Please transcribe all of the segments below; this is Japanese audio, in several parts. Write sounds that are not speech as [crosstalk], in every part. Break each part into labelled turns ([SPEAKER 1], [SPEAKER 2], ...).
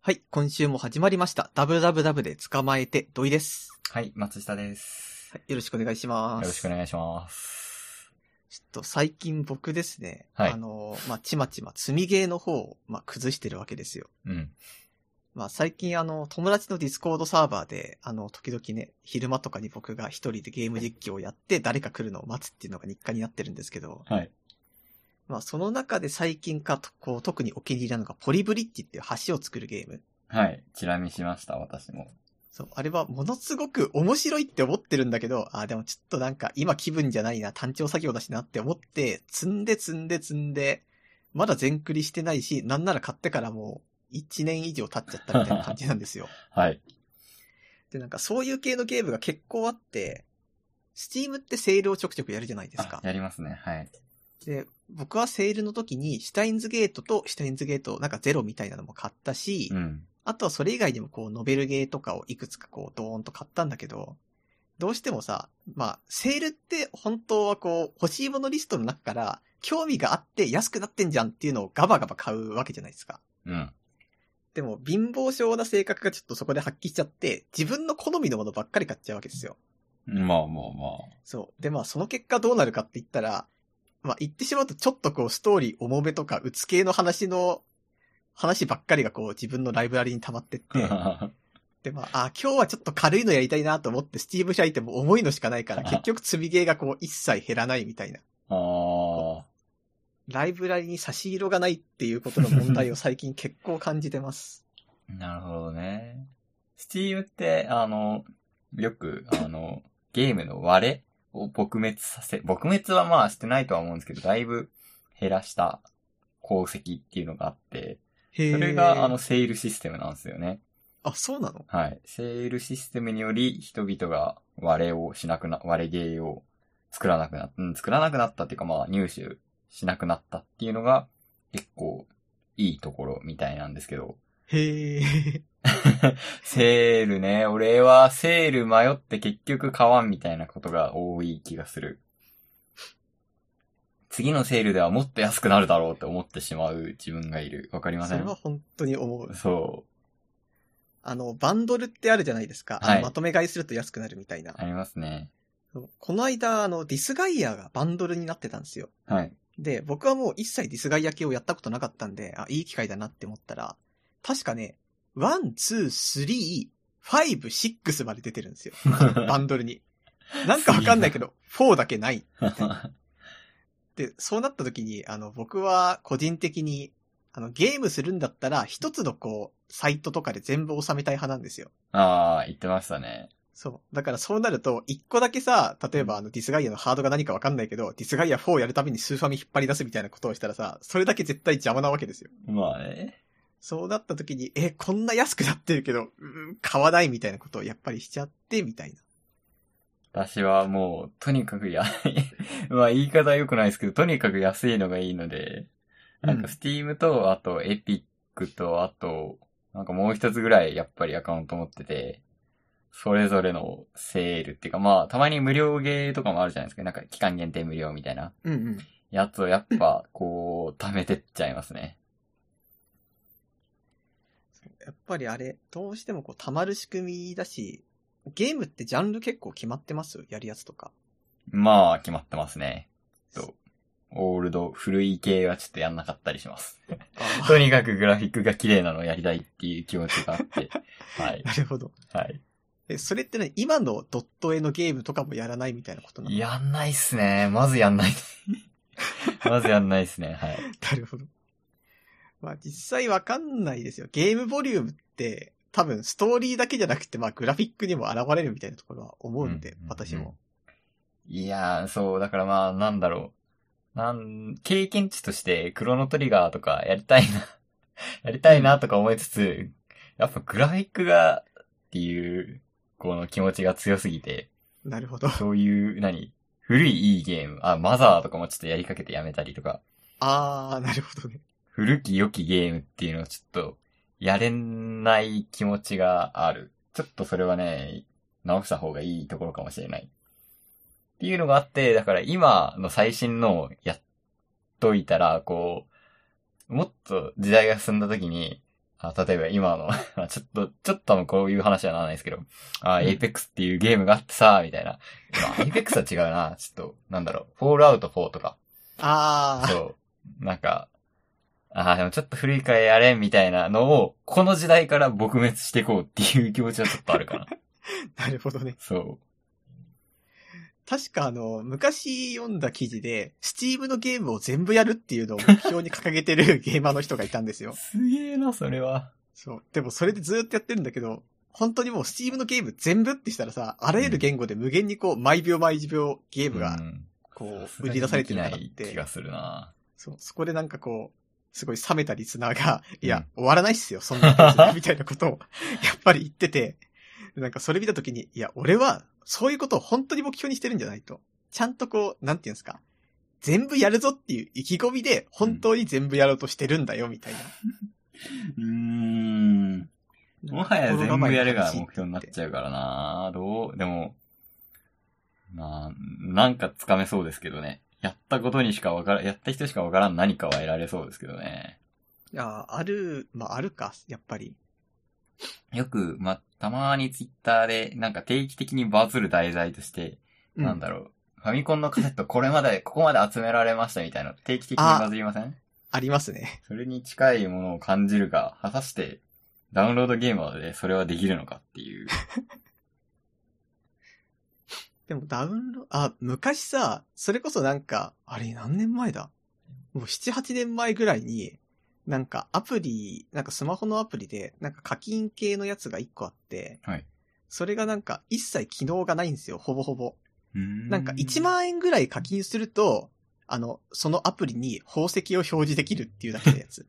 [SPEAKER 1] はい、今週も始まりました。www で捕まえて土井です。
[SPEAKER 2] はい、松下です。
[SPEAKER 1] はい、よろしくお願いしま
[SPEAKER 2] よ
[SPEAKER 1] す。
[SPEAKER 2] ろしくお願いします。
[SPEAKER 1] ちょっと最近僕ですね、
[SPEAKER 2] はい
[SPEAKER 1] あの、まあ、ちまちま積みゲーの方を、まあ、崩してるわけですよ。
[SPEAKER 2] うん。
[SPEAKER 1] まあ、最近あの、友達のディスコードサーバーで、あの、時々ね、昼間とかに僕が一人でゲーム実況をやって、誰か来るのを待つっていうのが日課になってるんですけど、
[SPEAKER 2] はい。
[SPEAKER 1] まあ、その中で最近かと、こう、特にお気に入りなのが、ポリブリッジっていう橋を作るゲーム。
[SPEAKER 2] はい。チラ見しました、私も。
[SPEAKER 1] そう、あれはものすごく面白いって思ってるんだけど、あー、でもちょっとなんか今気分じゃないな、単調作業だしなって思って、積んで積んで積んで、まだ全クリしてないし、なんなら買ってからもう1年以上経っちゃったみたいな感じなんです
[SPEAKER 2] [laughs]
[SPEAKER 1] よ。
[SPEAKER 2] はい。
[SPEAKER 1] で、なんかそういう系のゲームが結構あって、スティームってセールをちょくちょくやるじゃないです
[SPEAKER 2] あ
[SPEAKER 1] か。
[SPEAKER 2] やりますね。はい。
[SPEAKER 1] で、僕はセールの時に、シュタインズゲートとシュタインズゲートなんかゼロみたいなのも買ったし、
[SPEAKER 2] うん。
[SPEAKER 1] あとはそれ以外にもこう、ノベルゲーとかをいくつかこう、ドーンと買ったんだけど、どうしてもさ、まあ、セールって本当はこう、欲しいものリストの中から、興味があって安くなってんじゃんっていうのをガバガバ買うわけじゃないですか。
[SPEAKER 2] うん。
[SPEAKER 1] でも、貧乏症な性格がちょっとそこで発揮しちゃって、自分の好みのものばっかり買っちゃうわけですよ。
[SPEAKER 2] まあまあま
[SPEAKER 1] そう。で、まあ、その結果どうなるかって言ったら、まあ、言ってしまうとちょっとこう、ストーリー重めとか、うつ系の話の、話ばっかりがこう、自分のライブラリに溜まって
[SPEAKER 2] [laughs]
[SPEAKER 1] って、
[SPEAKER 2] あ。
[SPEAKER 1] で、まあ、あ今日はちょっと軽いのやりたいなと思って、スティーブ・シャイっても重いのしかないから、結局積みゲーがこう一切減らないみたいな。
[SPEAKER 2] ああ。
[SPEAKER 1] ライブラリに差し色がないっていうことの問題を最近結構感じてます。
[SPEAKER 2] なるほどね。スティームって、あの、よく、あの、ゲームの割れを撲滅させ、撲滅はまあしてないとは思うんですけど、だいぶ減らした功績っていうのがあって、
[SPEAKER 1] へー
[SPEAKER 2] それが、あの、、セールシステムなんですよね。
[SPEAKER 1] あ、そうなの
[SPEAKER 2] はい。セールシステムにより、人々が割れをしなくな、割れゲーを作らなくなった、うん、作らなくなったっていうか、まあ、入手しなくなったっていうのが、結構、いいところみたいなんです
[SPEAKER 1] [laughs]
[SPEAKER 2] けど。
[SPEAKER 1] へえ。
[SPEAKER 2] セールね。俺はセール迷って結局買わんみたいなことが多い気がする。次のセールではもっと安くなるだろうって思ってしまう自分がいる。わかりま
[SPEAKER 1] そ
[SPEAKER 2] せ
[SPEAKER 1] れ
[SPEAKER 2] ん
[SPEAKER 1] は本当に思う。
[SPEAKER 2] そう。
[SPEAKER 1] あの、バンドルってあるじゃないですか。あの
[SPEAKER 2] はい
[SPEAKER 1] まとめ買いすると安くなるみたいな。
[SPEAKER 2] ありますね。
[SPEAKER 1] そうこの間、あの、ディスガイアがバンドルになってたんですよ。 [laughs]
[SPEAKER 2] はい。
[SPEAKER 1] で、僕はもう一切ディスガイア系をやったことなかったんで、あ、いい機会だなって思ったら、確かね、1、2、3、5、6まで出てるんですよ。バンドルに。なんかわかんないけど、4だけない。で、そうなった時に、あの、僕は個人的に、あの、ゲームするんだったら、一つのこう、サイトとかで全部収めたい派なんですよ。
[SPEAKER 2] ああ、言ってましたね。
[SPEAKER 1] そう。だからそうなると、一個だけさ、例えばあのディスガイアのハードが何かわかんないけど、ディスガイア4やるためにスーファミ引っ張り出すみたいなことをしたらさ、それだけ絶対邪魔なわけですよ。
[SPEAKER 2] まあね。
[SPEAKER 1] そうなった時に、え、こんな安くなってるけど、うん買わないみたいなことをやっぱりしちゃって、みたいな。
[SPEAKER 2] 私はもう、とにかくや、まあ言い [laughs] 方は良くないですけど、とにかく安いのがいいので、なんか
[SPEAKER 1] うん
[SPEAKER 2] スティームと、あとエピックと、あと、なんかもう一つぐらいやっぱりアカウント持ってて、それぞれのセールっていうか、まあたまに無料ゲーとかもあるじゃないですか。なんか期間限定無料みたいな
[SPEAKER 1] うんうん。
[SPEAKER 2] やつをやっぱ、こう、貯めてっちゃいますね。
[SPEAKER 1] やっぱりあれ、どうしてもこう、溜まる仕組みだし、ゲームってジャンル結構決まってますやるやつと
[SPEAKER 2] [laughs]
[SPEAKER 1] か。
[SPEAKER 2] まあ決まってますね。とオールド、古い系はちょっとやんなかったりします。
[SPEAKER 1] あ
[SPEAKER 2] [laughs] とにかくグラフィックが綺麗なのをやりたいっていう気持ちがあ
[SPEAKER 1] [laughs]
[SPEAKER 2] って。はい
[SPEAKER 1] ー。なるほど。
[SPEAKER 2] はい。
[SPEAKER 1] え、それってね、今のドット絵のゲームとかもやらないみたいなことなの
[SPEAKER 2] やんないっすね。まずやんない。 [laughs] まずやんないっすね。はい。
[SPEAKER 1] なるほど。まあ実際わかんないですよ。ゲームボリュームって多分ストーリーだけじゃなくてまあグラフィックにも現れるみたいなところは思うんで、
[SPEAKER 2] うんうんうん
[SPEAKER 1] 私も。
[SPEAKER 2] いやー、そう、だからまあ、なんだろう。なん、経験値として、クロノトリガーとかやりたいな、 [laughs] やりたいなとか思いつつ、やっぱグラフィックが、っていう、この気持ちが強すぎて、
[SPEAKER 1] なるほど。あ
[SPEAKER 2] そういう、何古いいいゲーム、あ、マザーとかもちょっとやりかけてやめたりとか、
[SPEAKER 1] あー、なるほどね。
[SPEAKER 2] 古き良きゲームっていうのをちょっと、やれない気持ちがある。ちょっとそれはね、直した方がいいところかもしれない。っていうのがあって、だから今の最新のをやっといたら、こう、もっと時代が進んだ時に、あ例えば今の、 [laughs] まあちょっと、ちょっとのこういう話はならないですけど、あ、
[SPEAKER 1] うん
[SPEAKER 2] エイペックスっていうゲームがあってさ、みたいな。エイペックスは違うな。ちょっと、なんだろう、フォールアウト4とか。
[SPEAKER 1] ああ、
[SPEAKER 2] [laughs] そう。なんか、ああ、でもちょっと古いからやれんみたいなのを、この時代から撲滅していこうっていう気持ちはちょっとある [laughs] かな。
[SPEAKER 1] [laughs] なるほどね。
[SPEAKER 2] そ
[SPEAKER 1] 確かあの、昔読んだ記事で、スチームのゲームを全部やるっていうのを目標に掲げてるゲーマーの人がいたんです [laughs]
[SPEAKER 2] う。
[SPEAKER 1] よ。
[SPEAKER 2] すげえな、それは。
[SPEAKER 1] そう。でもそれでずーっとやってるんだけど、本当にもうスチームのゲーム全部ってしたらさ、あらゆる言語で無限にこう、毎秒毎秒ゲームが
[SPEAKER 2] ん
[SPEAKER 1] こう、売り出されてる
[SPEAKER 2] な
[SPEAKER 1] からっ
[SPEAKER 2] い気
[SPEAKER 1] て、
[SPEAKER 2] がするな。
[SPEAKER 1] そう、そこでなんかこう、すごい冷めたリスナーが、いや、
[SPEAKER 2] うん
[SPEAKER 1] 終わらないっすよ、そんなペ
[SPEAKER 2] [laughs]
[SPEAKER 1] ージでみたいなことを、やっぱり言ってて、なんかそれ見たときに、いや、俺は、そういうことを本当に目標にしてるんじゃないと。ちゃんとこう、なんていうんですか、全部やるぞっていう意気込みで、本当に全部やろうとしてるんだよ、みたいな。
[SPEAKER 2] うーん。もはや全部やるが目標になっ
[SPEAKER 1] ゃ
[SPEAKER 2] ちゃうからな。どう、でも、まあ、なんかつかめそうですけどね。やったことにしかわから、やった人しかわからん何かは得られそうですけどね。
[SPEAKER 1] う。いや、ある、まあ、あるか、やっぱり。
[SPEAKER 2] よく、ま、たまにツイッターで、なんか定期的にバズる題材として、
[SPEAKER 1] う
[SPEAKER 2] なんだろう、ファミコンのカセットこれまで、ここまで集められましたみたいな、定期的にバズりません
[SPEAKER 1] ありますね。
[SPEAKER 2] それに近いものを感じるが、果たして、ダウンロードゲーマーでそれはできるのかっ
[SPEAKER 1] [laughs]
[SPEAKER 2] ていう。
[SPEAKER 1] でもダウンロード、あ、昔さ、それこそなんか、あれ何年前だもう7、8年前ぐらいに、なんかアプリ、なんかスマホのアプリで、なんか課金系のやつが1個あって、
[SPEAKER 2] はい
[SPEAKER 1] それがなんか一切機能がないんですよ、ほぼほぼ。な
[SPEAKER 2] な
[SPEAKER 1] んか1万円ぐらい課金すると、あの、そのアプリに宝石を表示できるっていうだけのやつ。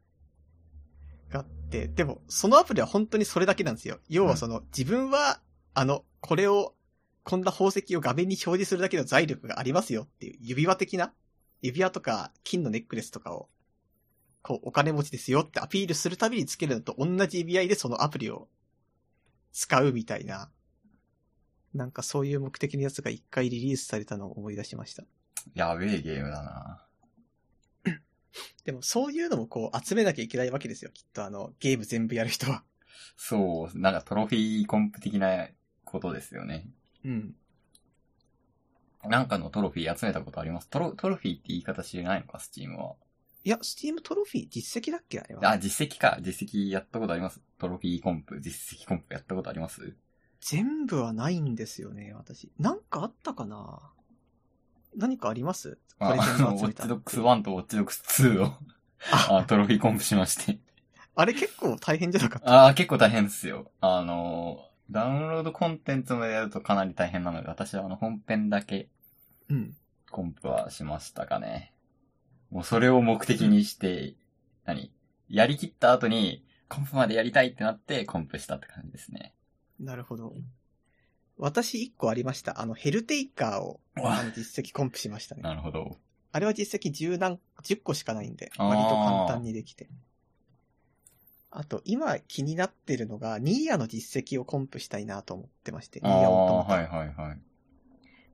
[SPEAKER 1] があって、でも、そのアプリは本当にそれだけなんですよ。要はその、自分は、あの、これを、こんな宝石を画面に表示するだけの財力がありますよっていう、指輪的な、指輪とか、金のネックレスとかを、こう、お金持ちですよってアピールするたびにつけるのと同じ指合でそのアプリを使うみたいな、なんかそういう目的のやつが一回リリースされたのを思い出しました。
[SPEAKER 2] やべえゲームだな。
[SPEAKER 1] でもそういうのもこう集めなきゃいけないわけですよ、きっとあの、ゲーム全部やる人は。
[SPEAKER 2] そう、なんかトロフィーコンプ的なことですよね。
[SPEAKER 1] うん。
[SPEAKER 2] なんかのトロフィー集めたことありますトロトロフィーって言い方知れないのか、スチームは。
[SPEAKER 1] いや、スティームトロフィー実績だっけあれは。
[SPEAKER 2] あ、実績か。実績やったことありますトロフィーコンプ、実績コンプやったことあります
[SPEAKER 1] 全部はないんですよね、私。なんかあったかな何かあります
[SPEAKER 2] ああ
[SPEAKER 1] これ全
[SPEAKER 2] の、ウ
[SPEAKER 1] 部集
[SPEAKER 2] ォ
[SPEAKER 1] め
[SPEAKER 2] ッ
[SPEAKER 1] た
[SPEAKER 2] チドックス1とウォッチドックス2をあトロフィーコンプしまして。
[SPEAKER 1] あれ結構大変じゃなかった
[SPEAKER 2] ああ、結構大変ですよ。あの、ダウンロードコンテンツまでやるとかなり大変なので、私はあの本編だけ
[SPEAKER 1] うん。
[SPEAKER 2] コンプはしましたかね。もうそれを目的にして、何やりきった後に、コンプまでやりたいってなって、コンプしたって感じですね。
[SPEAKER 1] なるほど。私一個ありました。あの、ヘルテイカーを、あの、実績コンプしましたね。
[SPEAKER 2] なるほど。
[SPEAKER 1] あれは実績10何、10個しかないんで、
[SPEAKER 2] あー
[SPEAKER 1] 割と簡単にできて。あと、今気になってるのが、ニーヤの実績をコンプしたいなと思ってまして、ニ
[SPEAKER 2] あ
[SPEAKER 1] ーヤオート
[SPEAKER 2] あ
[SPEAKER 1] マ
[SPEAKER 2] ー、
[SPEAKER 1] タ
[SPEAKER 2] はいはいはい。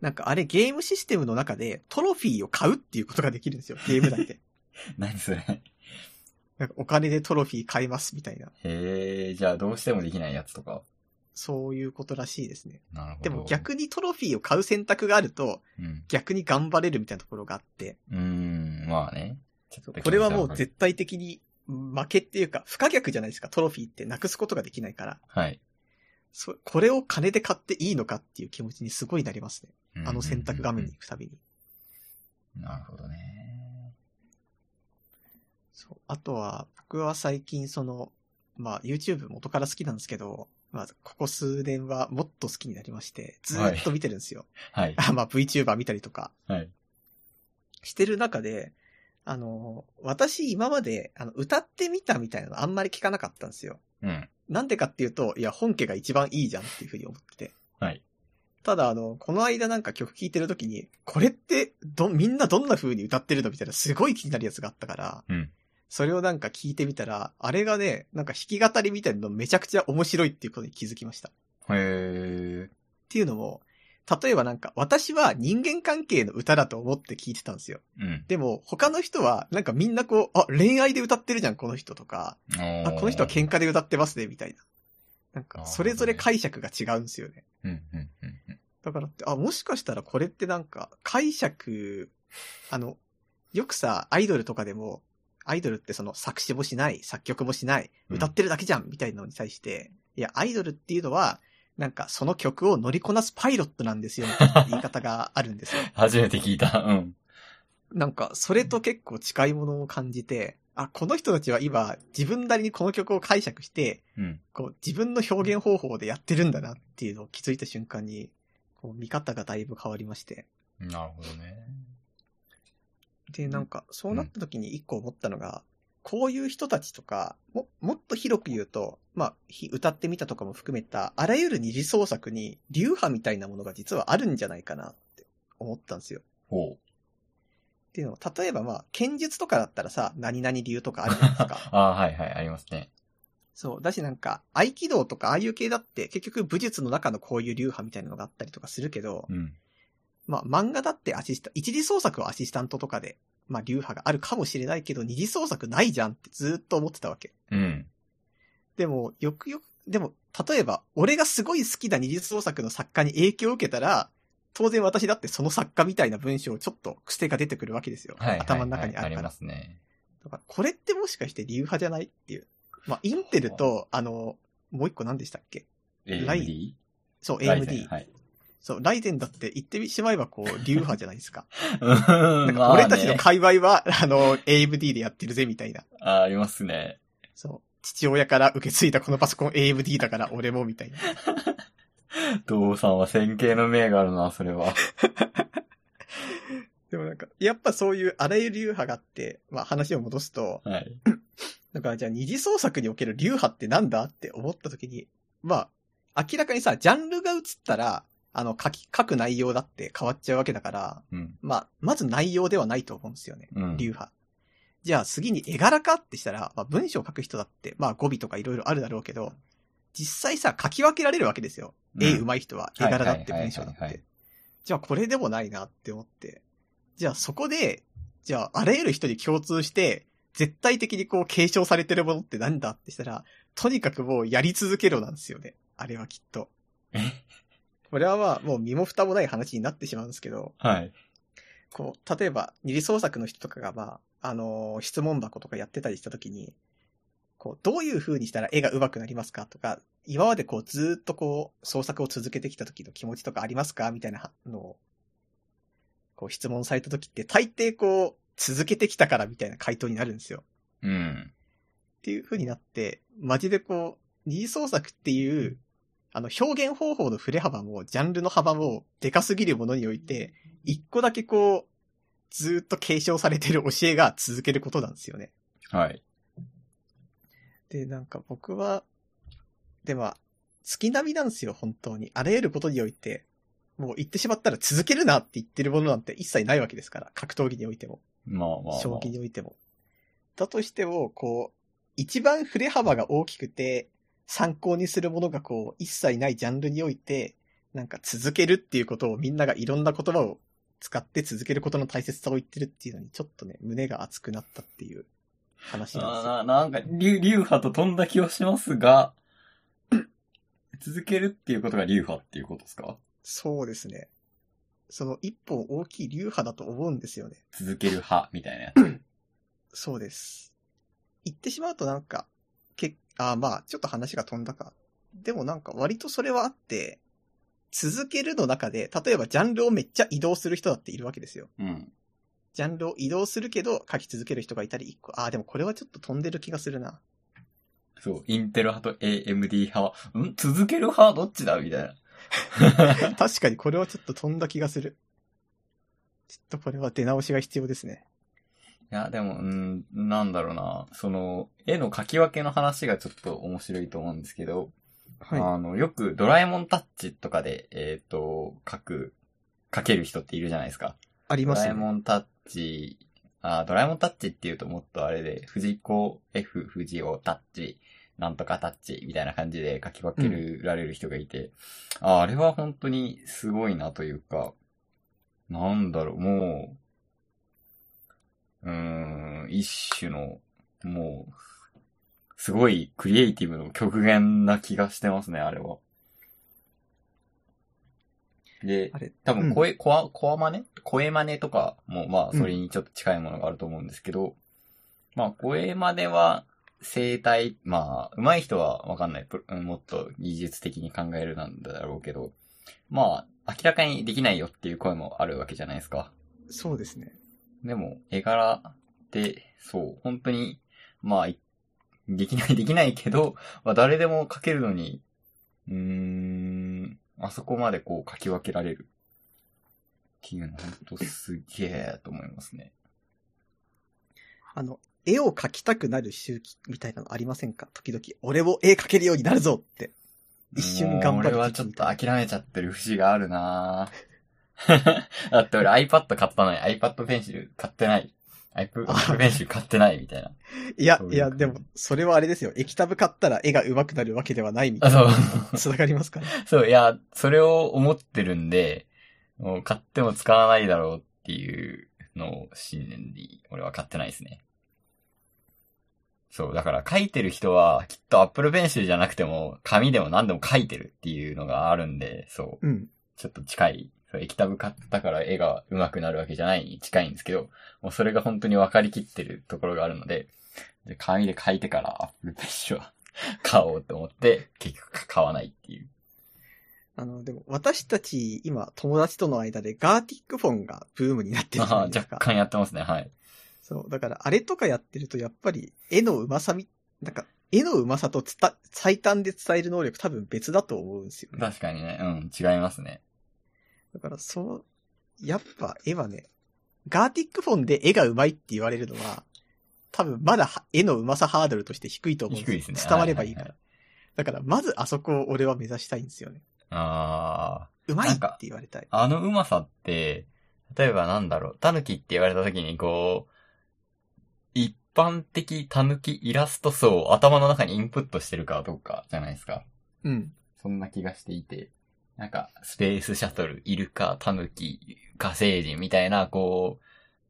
[SPEAKER 1] なんかあれゲームシステムの中でトロフィーを買うっていうことができるんですよ、ゲーム内
[SPEAKER 2] [laughs]
[SPEAKER 1] で。
[SPEAKER 2] 何それ。へ
[SPEAKER 1] なんかお金でトロフィー買えますみたいな、
[SPEAKER 2] え、じゃあどうしてもできないやつとか。
[SPEAKER 1] そういうことらしいですね。
[SPEAKER 2] なるほど。
[SPEAKER 1] でも、逆にトロフィーを買う選択があると、
[SPEAKER 2] うん。
[SPEAKER 1] 逆に頑張れるみたいなところがあって、
[SPEAKER 2] うーん、まあね。
[SPEAKER 1] これはもう
[SPEAKER 2] 絶
[SPEAKER 1] 絶対的に負けっていうか、不可逆じゃないですか、トロフィーってなくすことができないから。
[SPEAKER 2] はい。
[SPEAKER 1] そこれを金で買っていいのかっていう気持ちにすごいなりますね。あの選択画面に行くたびに。
[SPEAKER 2] うん。なるほどね。
[SPEAKER 1] そう。あとは、僕は最近その、まあ YouTube 元から好きなんですけど、まあここ数年はもっと好きになりまして、ずーっと見てるんですよ。
[SPEAKER 2] はい。
[SPEAKER 1] [laughs] あまあ VTuber 見たりとか
[SPEAKER 2] はい。
[SPEAKER 1] してる中で、あの、私今まであの歌ってみたみたいなのあんまり聞かなかったんですよ。
[SPEAKER 2] うん。
[SPEAKER 1] なんでかっていうと、いや本家が一番いいじゃんっていうふうに思ってて。
[SPEAKER 2] はい。
[SPEAKER 1] ただ、あの、この間なんか曲聴いてるときに、これって、ど、みんなどんな風に歌ってるのみたいな、すごい気になるやつがあったから、
[SPEAKER 2] うん
[SPEAKER 1] それをなんか聞いてみたら、あれがね、なんか弾き語りみたいなのめちゃくちゃ面白いっていうことに気づきました。っ
[SPEAKER 2] へえ。
[SPEAKER 1] ていうのも、例えばなんか、私は人間関係の歌だと思って聞いてたんですよ。
[SPEAKER 2] うん。
[SPEAKER 1] でも、他の人は、なんかみんなこう、あ、恋愛で歌ってるじゃん、この人とか、あ、
[SPEAKER 2] あ
[SPEAKER 1] この人は喧嘩で歌ってますね、みたいな。なんか、それぞれ解釈が違うんですよね。
[SPEAKER 2] うん、うん、うんうん。
[SPEAKER 1] だからって、あ、もしかしたらこれってなんか、解釈、あの、よくさ、アイドルとかでも、アイドルってその作詞もしない、作曲もしない、
[SPEAKER 2] うん
[SPEAKER 1] 歌ってるだけじゃん、みたいなのに対して、いや、アイドルっていうのは、なんかその曲を乗りこなすパイロットなんですよ、みたいな言い方があるん
[SPEAKER 2] [laughs]
[SPEAKER 1] ですよ。
[SPEAKER 2] 初めて聞いた。 [laughs] うん。
[SPEAKER 1] なんか、それと結構近いものを感じて、あ、この人たちは今、自分なりにこの曲を解釈して、
[SPEAKER 2] うん。
[SPEAKER 1] こう、自分の表現方法でやってるんだなっていうのを気づいた瞬間に、こう、見方がだいぶ変わりまして。
[SPEAKER 2] なるほどね。
[SPEAKER 1] で、なんか、そうなった時に一個思ったのが、こういう人たちとか、も、もっと広く言うと、まあ、ひ歌ってみたとかも含めた、あらゆる二次創作に流派みたいなものが実はあるんじゃないかなって思ったんですよ。
[SPEAKER 2] ほう。
[SPEAKER 1] っていうのは、例えばまあ、剣術とかだったらさ、何々流とかあるじゃないです [laughs] か。
[SPEAKER 2] ああ、はいはい、ありますね。
[SPEAKER 1] そう。だしなんか、合気道とかああいう系だって、結局武術の中のこういう流派みたいなのがあったりとかするけど、
[SPEAKER 2] うん。
[SPEAKER 1] まあ漫画だってアシスタ、一次創作はアシスタントとかで、まあ流派があるかもしれないけど、二次創作ないじゃんってずーっと思ってたわけ。
[SPEAKER 2] うん。
[SPEAKER 1] でも、よくよく、でも、例えば、俺がすごい好きな二次創作の作家に影響を受けたら、当然私だってその作家みたいな文章をちょっと癖が出てくるわけですよ。
[SPEAKER 2] はいはい、はい。
[SPEAKER 1] 頭の中にあ
[SPEAKER 2] あ
[SPEAKER 1] る
[SPEAKER 2] り
[SPEAKER 1] から
[SPEAKER 2] ま。すね。
[SPEAKER 1] だからこれってもしかして流派じゃないっていう。まあ、インテルと、あの、もう一個何でしたっけライ
[SPEAKER 2] AMD?
[SPEAKER 1] そう、
[SPEAKER 2] ライゼン
[SPEAKER 1] AMD。
[SPEAKER 2] はい。
[SPEAKER 1] そう、ライゼンだって言ってしまえばこう、流派じゃないですか。
[SPEAKER 2] う
[SPEAKER 1] なんん
[SPEAKER 2] ま
[SPEAKER 1] か
[SPEAKER 2] あね
[SPEAKER 1] 俺たちの界隈は、あの、AMD でやってるぜ、みたいな。
[SPEAKER 2] あありますね。
[SPEAKER 1] そう。父親から受け継いだこのパソコン AMD だから俺も、み
[SPEAKER 2] [laughs]
[SPEAKER 1] たいな。
[SPEAKER 2] 父さんは線形の銘があるな、それ
[SPEAKER 1] [laughs]
[SPEAKER 2] は。
[SPEAKER 1] でもなんか、やっぱそういうあらゆる流派があって、まあ話を戻すと、
[SPEAKER 2] はい。
[SPEAKER 1] だからじゃあ二次創作における流派ってなんだって思った時に、まあ、明らかにさ、ジャンルが移ったら、あの、書き、書く内容だって変わっちゃうわけだから、
[SPEAKER 2] うん。
[SPEAKER 1] まあ、まず内容ではないと思うんですよね。
[SPEAKER 2] うん。
[SPEAKER 1] 流派。じゃあ次に絵柄かってしたら、まあ、文章を書く人だって、まあ語尾とかいろいろあるだろうけど、実際さ、書き分けられるわけですよ。絵上
[SPEAKER 2] ま
[SPEAKER 1] 手い人は絵柄だって
[SPEAKER 2] はいはいはいはいはい
[SPEAKER 1] 文章だって。じゃあこれでもないなって思って。じゃあそこで、じゃああらゆる人に共通して、絶対的にこう継承されてるものってなんだってしたら、とにかくもうやり続けろなんですよね。あれはきっと。これはまあもう身も蓋もない話になってしまうんですけど、
[SPEAKER 2] はい。
[SPEAKER 1] こう、例えば二次創作の人とかがまあ、あのー質問箱とかやってたりした時に、こう、どういう風にしたら絵が上手くなりますかとか、今までこう、ずーっとこう、創作を続けてきた時の気持ちとかありますかみたいなのを、こう、質問された時って、大抵こう、続けてきたからみたいな回答になるんですよ。
[SPEAKER 2] うん。
[SPEAKER 1] っていう風になって、マジでこう、二次創作っていう、あの、表現方法の振れ幅も、ジャンルの幅も、でかすぎるものにおいて、一個だけこう、ずーっと継承されてる教えが続けることなんですよね。
[SPEAKER 2] はい。
[SPEAKER 1] で、なんか僕は、では、月並みなんですよ、本当に。あらゆることにおいて、もう言ってしまったら続けるなって言ってるものなんて一切ないわけですから、格闘技においても。
[SPEAKER 2] まあまあ、まあ。
[SPEAKER 1] 将棋においても。だとしても、こう、一番振れ幅が大きくて、参考にするものがこう、一切ないジャンルにおいて、なんか続けるっていうことをみんながいろんな言葉を使って続けることの大切さを言ってるっていうのに、ちょっとね、胸が熱くなったっていう話なんですよ。
[SPEAKER 2] あーななんか流、流派と飛んだ気はしますが、 [coughs] 続けるっていうことが流派っていうことですか
[SPEAKER 1] そうですね。その一本大きい流派だと思うんですよね。
[SPEAKER 2] 続ける派みたいなや
[SPEAKER 1] [coughs]
[SPEAKER 2] つ。
[SPEAKER 1] そうです。言ってしまうとなんか、け、あまあ、ちょっと話が飛んだか。でもなんか割とそれはあって、続けるの中で、例えばジャンルをめっちゃ移動する人だっているわけですよ。
[SPEAKER 2] うん。
[SPEAKER 1] ジャンルを移動するけど書き続ける人がいたり、一個、ああ、でもこれはちょっと飛んでる気がする
[SPEAKER 2] [laughs]
[SPEAKER 1] な。
[SPEAKER 2] そう、インテル派と AMD 派は、ん続ける派どっちだみたいな。
[SPEAKER 1] 確かにこれはちょっと飛んだ気がする。ちょっとこれは出直しが必要ですね。
[SPEAKER 2] いや、でも、うん、なんだろうな。その、絵の描き分けの話がちょっと面白いと思うんですけど、
[SPEAKER 1] はい。
[SPEAKER 2] あの、よくドラえもんタッチとかで、えっ、と、描く、描ける人っているじゃないですか。
[SPEAKER 1] あり
[SPEAKER 2] ド
[SPEAKER 1] ま
[SPEAKER 2] ラ
[SPEAKER 1] す
[SPEAKER 2] え
[SPEAKER 1] ね。
[SPEAKER 2] もんタッチ、あ、ドラえもんタッチっていうともっとあれで、藤子 F 藤尾タッチなんとかタッチみたいな感じで書き分けられる人がいて、ああれは本当にすごいなというか、なんだろう、もう、うーん、一種の、もう、すごいクリエイティブの極限な気がしてますね、あれは。で、
[SPEAKER 1] あれ、
[SPEAKER 2] 多分
[SPEAKER 1] うん
[SPEAKER 2] 声、コア、コア真似声真似とかも、まあ、それにちょっと近いものがあると思うんですけど、まあ、声真似は、生態、まあ、上手い人はわかんない。プロもっと技術的に考えるなんだろうけど、まあ、明らかにできないよっていう声もあるわけじゃないですか。
[SPEAKER 1] そうですね。
[SPEAKER 2] でも、絵柄って、そう、本当に、まあ、いできない、でき [laughs] ないけど、まあ、誰でも描けるのに、うーん、あそこまでこう描き分けられる。っていうの、本当すげえと思いますね。
[SPEAKER 1] あの、絵を描きたくなる周期みたいなのありませんか時々、俺も絵描けるようになるぞって。一瞬頑張る
[SPEAKER 2] もう俺はちょっと諦めちゃってる節があるな [laughs] ぁだって俺 iPad 買ったのに iPad ペンシル買ってない。iPad ペンシル買ってないみたいな。
[SPEAKER 1] いや
[SPEAKER 2] そう、いう
[SPEAKER 1] いや、
[SPEAKER 2] 感じ
[SPEAKER 1] でも、それはあれですよ。液タブ買ったら絵が上手くなるわけではないみた
[SPEAKER 2] あ、
[SPEAKER 1] いな。
[SPEAKER 2] [laughs] そう。
[SPEAKER 1] つながりますかね。
[SPEAKER 2] そう、いや、それを思ってるんで、もう買っても使わないだろうっていうのを信念に、俺は買ってないですね。そう、だから書いてる人は、きっと Apple Pencil じゃなくても、紙でも何でも書いてるっていうのがあるんで、そう、
[SPEAKER 1] うん。
[SPEAKER 2] ちょっと近い。そう液タブ買ったから絵が上手くなるわけじゃないに近いんですけど、もうそれが本当に分かりきってるところがあるので、で紙で書いてから Apple Pencil は [laughs] 買おうと思って、結局買わないっていう。
[SPEAKER 1] あの、でも、私たち、今、友達との間で、ガーティックフォンがブームになってるじゃ
[SPEAKER 2] あ
[SPEAKER 1] な
[SPEAKER 2] あ
[SPEAKER 1] いです
[SPEAKER 2] 若
[SPEAKER 1] か。
[SPEAKER 2] 干やってますね、はい。
[SPEAKER 1] そう。だから、あれとかやってると、やっぱり、絵の上手さみ、なんか、絵の上手さとつた、最短で伝える能力多分別だと思うんですよね。
[SPEAKER 2] 確かにね、うん、違いますね。
[SPEAKER 1] だから、そう、やっぱ絵はね、ガーティックフォンで絵が上手いって言われるのは、多分まだは絵の上手さハードルとして低いと思う
[SPEAKER 2] 低
[SPEAKER 1] ん
[SPEAKER 2] い
[SPEAKER 1] よ
[SPEAKER 2] ですね。
[SPEAKER 1] 伝わればいいから。
[SPEAKER 2] はは
[SPEAKER 1] だから、まずあそこを俺は目指したいんですよね。
[SPEAKER 2] あ
[SPEAKER 1] 上手いっ
[SPEAKER 2] なん
[SPEAKER 1] て
[SPEAKER 2] か
[SPEAKER 1] 言われたい。
[SPEAKER 2] あ、あのうまさって、例えばなんだろう、タヌキって言われた時にこう、一般的タヌキイラスト層を頭の中にインプットしてるかどうかじゃないですか。
[SPEAKER 1] うん。
[SPEAKER 2] そんな気がしていて、なんか、スペースシャトル、イルカ、タヌキ、火星人みたいな、こう、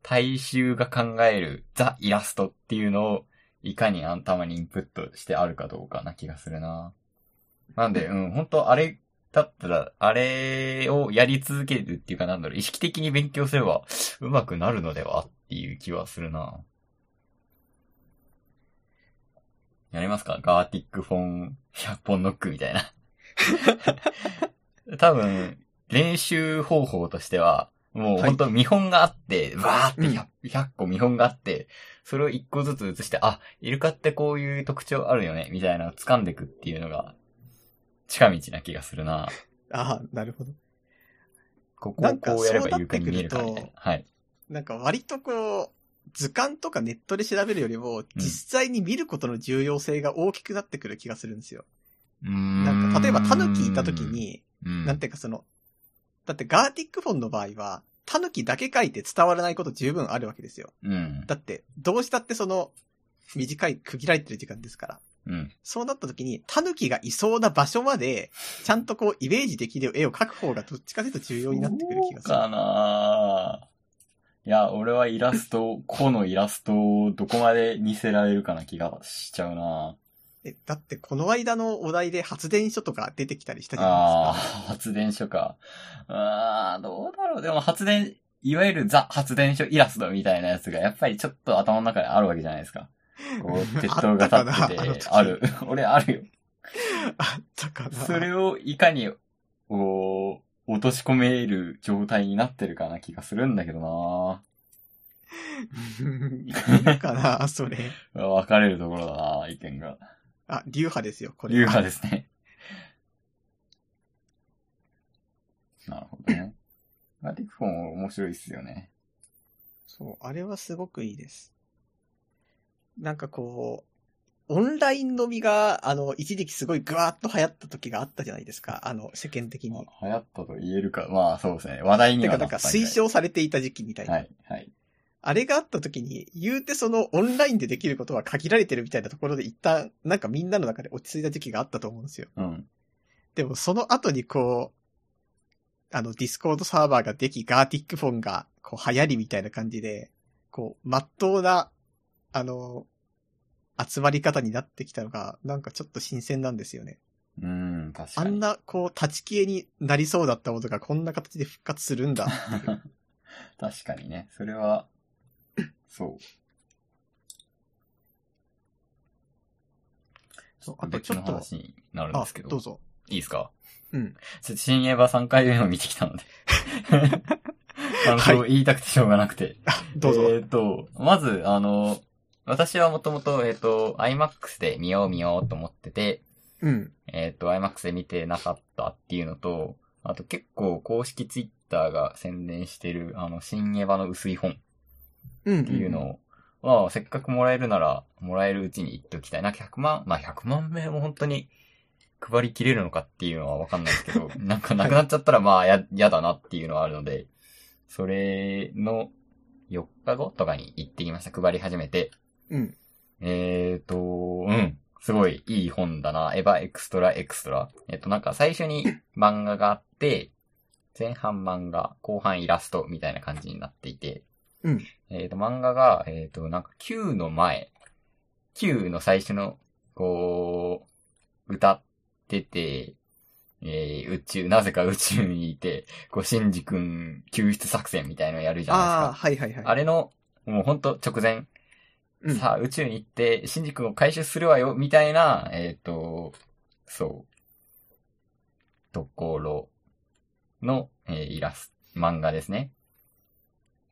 [SPEAKER 2] 大衆が考えるザ・イラストっていうのを、いかに頭にインプットしてあるかどうかな気がするな。なんで、うん、本当あれだったら、あれをやり続けるっていうか、なんだろう、意識的に勉強すれば、うまくなるのではっていう気はするな。やりますかガーティックフォン100本ノックみたいな。多分、練習方法としては、もう本当見本があって、わーって 100, 100個見本があって、それを1個ずつ写して、あ、イルカってこういう特徴あるよね、みたいなのを掴んでいくっていうのが、近道な気がするな。
[SPEAKER 1] ああ、なるほど。
[SPEAKER 2] ここ
[SPEAKER 1] な
[SPEAKER 2] を
[SPEAKER 1] んか
[SPEAKER 2] こうやればイルカに見えるかみ
[SPEAKER 1] そうな
[SPEAKER 2] た
[SPEAKER 1] っ
[SPEAKER 2] い
[SPEAKER 1] て
[SPEAKER 2] な
[SPEAKER 1] くる。
[SPEAKER 2] はい。
[SPEAKER 1] なんか割とこう、図鑑とかネットで調べるよりも、実際に見ることの重要性が大きくなってくる気がするんですよ。
[SPEAKER 2] な
[SPEAKER 1] なんか、例えばタヌキいた時、に、
[SPEAKER 2] うん
[SPEAKER 1] なんていうかその、だってガーティックフォンの場合は、タヌキだけ書いて伝わらないこと十分あるわけですよ。
[SPEAKER 2] うん。
[SPEAKER 1] だって、どうしたってその、短い、区切られてる時間ですから。
[SPEAKER 2] うん。
[SPEAKER 1] そうなった時に、タヌキがいそうな場所まで、ちゃんとこう、イメージできる絵を描く方がどっちかというと重要になってくる気がす
[SPEAKER 2] そうか
[SPEAKER 1] る。
[SPEAKER 2] ないや、俺はイラスト、個のイラストをどこまで似せられるかな気がしちゃうな
[SPEAKER 1] えだって、この間のお題で発電所とか出てきたりしたじゃ
[SPEAKER 2] ああ
[SPEAKER 1] ないですか。
[SPEAKER 2] ー、 [laughs] 発電所か。ああ、どうだろう。でも発電、いわゆるザ発電所イラストみたいなやつが、やっぱりちょっと頭の中であるわけじゃないですか。
[SPEAKER 1] [laughs]
[SPEAKER 2] こう、鉄塔が立って、
[SPEAKER 1] あってたかな
[SPEAKER 2] あ
[SPEAKER 1] あの
[SPEAKER 2] る。 [laughs] 俺
[SPEAKER 1] [laughs]
[SPEAKER 2] あるよ。
[SPEAKER 1] あったかな。
[SPEAKER 2] それをいかに、こう、落とし込める状態になってるかな気がするんだけどな
[SPEAKER 1] うんいるかな、それ。
[SPEAKER 2] 分かれるところだな意見が。
[SPEAKER 1] あ、流派ですよ、これ。
[SPEAKER 2] 流派ですね。 [laughs] なるほどね。ガーティックフォン面白いっすよね。
[SPEAKER 1] そう、あれはすごくいいです。なんかこう、オンライン飲みが、あの、一時期すごいぐわーっと流行った時があったじゃないですか。あの、世間的
[SPEAKER 2] ま
[SPEAKER 1] に。
[SPEAKER 2] あ流行ったと言えるか、まあそうですね。話題に
[SPEAKER 1] て
[SPEAKER 2] は
[SPEAKER 1] か、
[SPEAKER 2] な
[SPEAKER 1] な
[SPEAKER 2] っ
[SPEAKER 1] ん
[SPEAKER 2] た
[SPEAKER 1] か
[SPEAKER 2] みたい
[SPEAKER 1] 推奨されていた時期みたいな。
[SPEAKER 2] はい、はい。
[SPEAKER 1] あれがあった時に、言うてそのオンラインでできることは限られてるみたいなところで一旦、なんかみんなの中で落ち着いた時期があったと思うんですよ。
[SPEAKER 2] うん。
[SPEAKER 1] でもその後にこう、あの、ディスコードサーバーができ、ガーティックフォンがこう流行りみたいな感じで、こう、まっとうな、あの、集まり方になってきたのが、なんかちょっと新鮮なんですよね。
[SPEAKER 2] うん、確
[SPEAKER 1] あ
[SPEAKER 2] か
[SPEAKER 1] ん
[SPEAKER 2] に。
[SPEAKER 1] な、こう、立ち消えになりそうだったものがこんな形で復活するん
[SPEAKER 2] [laughs]
[SPEAKER 1] だっていう。
[SPEAKER 2] 確かにね。それは、そう。
[SPEAKER 1] そうあとちょっ
[SPEAKER 2] 別の
[SPEAKER 1] と、
[SPEAKER 2] 話になるん
[SPEAKER 1] あ
[SPEAKER 2] ですけ、ど。
[SPEAKER 1] どうぞ。
[SPEAKER 2] いいですか
[SPEAKER 1] うん。
[SPEAKER 2] ちょっと新エヴァ3回目を見てき
[SPEAKER 1] [laughs]
[SPEAKER 2] たので。感想を言いたくてしょうがなくて。
[SPEAKER 1] どうぞ。
[SPEAKER 2] えっ、と、まず、あの、私はもともと、えっ、と、IMAX で見よう見ようと思ってて、
[SPEAKER 1] うん。
[SPEAKER 2] えっ、と、IMAX で見てなかったっていうのと、あと結構公式ツイッターが宣伝してる、あの、新エヴァの薄い本っ
[SPEAKER 1] うん。
[SPEAKER 2] ていうのを、まあ、せっかくもらえるなら、もらえるうちに言っておきたい。なんか100万、まあ100万名も本当に配りきれるのかっていうのはわかんないですけど、なんかなくなっちゃったらまあや、やだなっていうのはあるので、それの4日後とかに行ってきました。配り始めて。
[SPEAKER 1] うん。
[SPEAKER 2] えーと、うん。すごいいい本だな。エヴァエクストラエクストラ。えっと、なんか最初に漫画があって、前半漫画、後半イラストみたいな感じになっていて。
[SPEAKER 1] うん。
[SPEAKER 2] えっと、漫画が、えっと、なんか Q の前、Q の最初の、こう、歌ってて、えー、宇宙、なぜか宇宙にいて、こう、シンジ君救出作戦みたいのやるじゃないです
[SPEAKER 1] ああ、
[SPEAKER 2] か。
[SPEAKER 1] はいはいはい。
[SPEAKER 2] あれの、もうほんと直前、
[SPEAKER 1] うん、
[SPEAKER 2] さあ、宇宙に行って、シンジ君を回収するわよ、みたいな、えっ、と、そう、ところの、えーイラスト、漫画ですね。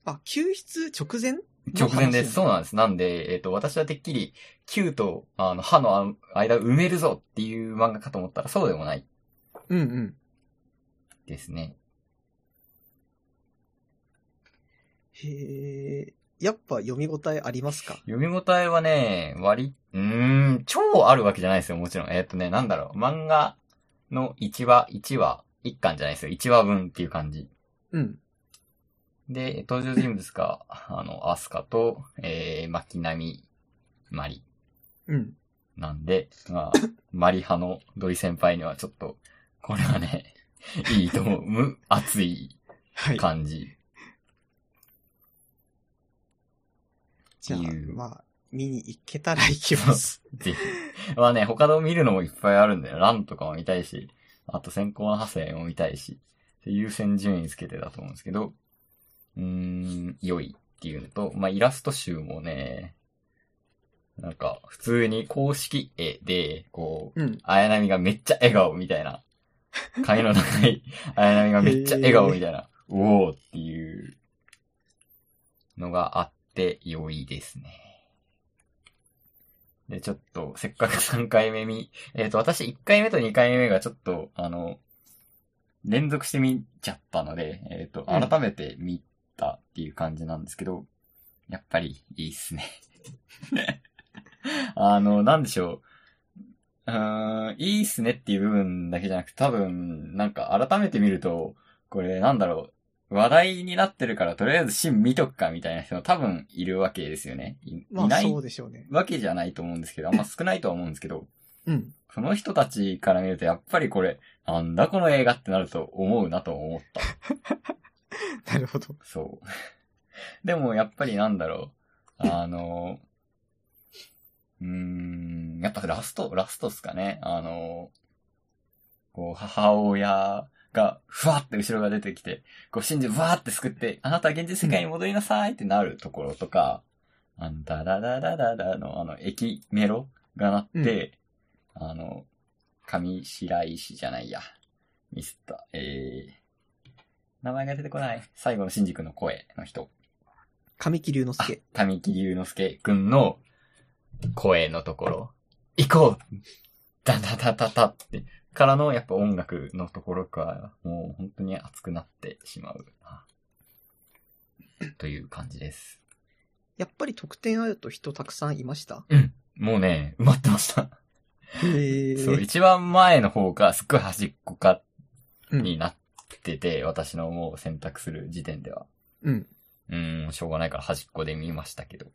[SPEAKER 1] あ、救出直前
[SPEAKER 2] 直前です。
[SPEAKER 1] の話
[SPEAKER 2] そうなんです。なんで、えっ、と、私はてっきり、Q と、あの、歯のあの間を埋めるぞっていう漫画かと思ったら、そうでもない
[SPEAKER 1] うんうん。
[SPEAKER 2] ですね。
[SPEAKER 1] へえ。やっぱ読み応えありますか
[SPEAKER 2] 読み応えはね、割り、うーん、超あるわけじゃないですよ、もちろん。えっ、とね、なんだろう、漫画の1話、1話、1巻じゃないですよ、1話分っていう感じ。
[SPEAKER 1] うん。
[SPEAKER 2] で、登場人物が、あの、アスカと、えー、巻波、マリ
[SPEAKER 1] うん。
[SPEAKER 2] なんで、ま
[SPEAKER 1] [coughs]
[SPEAKER 2] あ、マリ派のドリ先輩にはちょっと、これ
[SPEAKER 1] [laughs]
[SPEAKER 2] はね、いいと思う。む、熱い
[SPEAKER 1] はい。
[SPEAKER 2] 感じ。
[SPEAKER 1] じゃあ
[SPEAKER 2] ってい、う
[SPEAKER 1] まあ、見に行けたら行きます。
[SPEAKER 2] ぜひ。まあね、他の見るのもいっぱいあるんだよ。ランとかも見たいし、あと先行の派生も見たいし、優先順位つけてだと思うんですけど、うーん、良いっていうのと、まあイラスト集もね、なんか普通に公式絵で、こ
[SPEAKER 1] [laughs]
[SPEAKER 2] う、
[SPEAKER 1] うん。
[SPEAKER 2] 綾波がめっちゃ笑顔みたいな。髪の長い綾波がめっちゃ笑顔みたいな。おおっていうのがあって良いですね。で、ちょっと、せっかく3回目見、えっ、と、私1回目と2回目がちょっと、あの、連続して見ちゃったので、えっ、と、
[SPEAKER 1] うん
[SPEAKER 2] 改めて見たっていう感じなんですけど、やっぱりいいっすね。 [laughs] あの、なんでしょう。うーん、いいっすねっていう部分だけじゃなくて、多分、なんか改めて見ると、これなんだろう。話題になってるから、とりあえずシーン見とくかみたいな人も多分いるわけですよね。い,、
[SPEAKER 1] まあ、
[SPEAKER 2] ない
[SPEAKER 1] そうでしょうね。
[SPEAKER 2] わけじゃないと思うんですけど、あんま少ないとは思うんですけど、
[SPEAKER 1] うん。
[SPEAKER 2] その人たちから見ると、やっぱりこれ、なんだこの映画ってなると思うなと思った。
[SPEAKER 1] なるほど。
[SPEAKER 2] そう。 [laughs] でも、やっぱりなんだろう。あの、うーん、やっぱラスト、ラストっすかね。あの、こう、母親が、ふわって後ろが出てきて、こう、信じ、わーって救って、あなたは現実世界に戻りなさいってなるところとか、あの、ダダダダダダの、あの、駅メロが鳴って、あの、上白石じゃないや。ミスった。えー、名前が出てこない。最後の新宿の声の人。
[SPEAKER 1] 神木隆之介。
[SPEAKER 2] 神木隆之介くんの声のところ。行こうダダダダダって。からのやっぱ音楽のところがもう本当に熱くなってしまうな。という感じです。
[SPEAKER 1] やっぱり特典あると人たくさんいました。
[SPEAKER 2] もうね、埋まってました。
[SPEAKER 1] へえ。
[SPEAKER 2] そう、一番前の方か、すっごい端っこか
[SPEAKER 1] うん
[SPEAKER 2] になってて、私のもう選択する時点では。
[SPEAKER 1] うん。
[SPEAKER 2] うん、しょうがないから端っこで見ましたけど。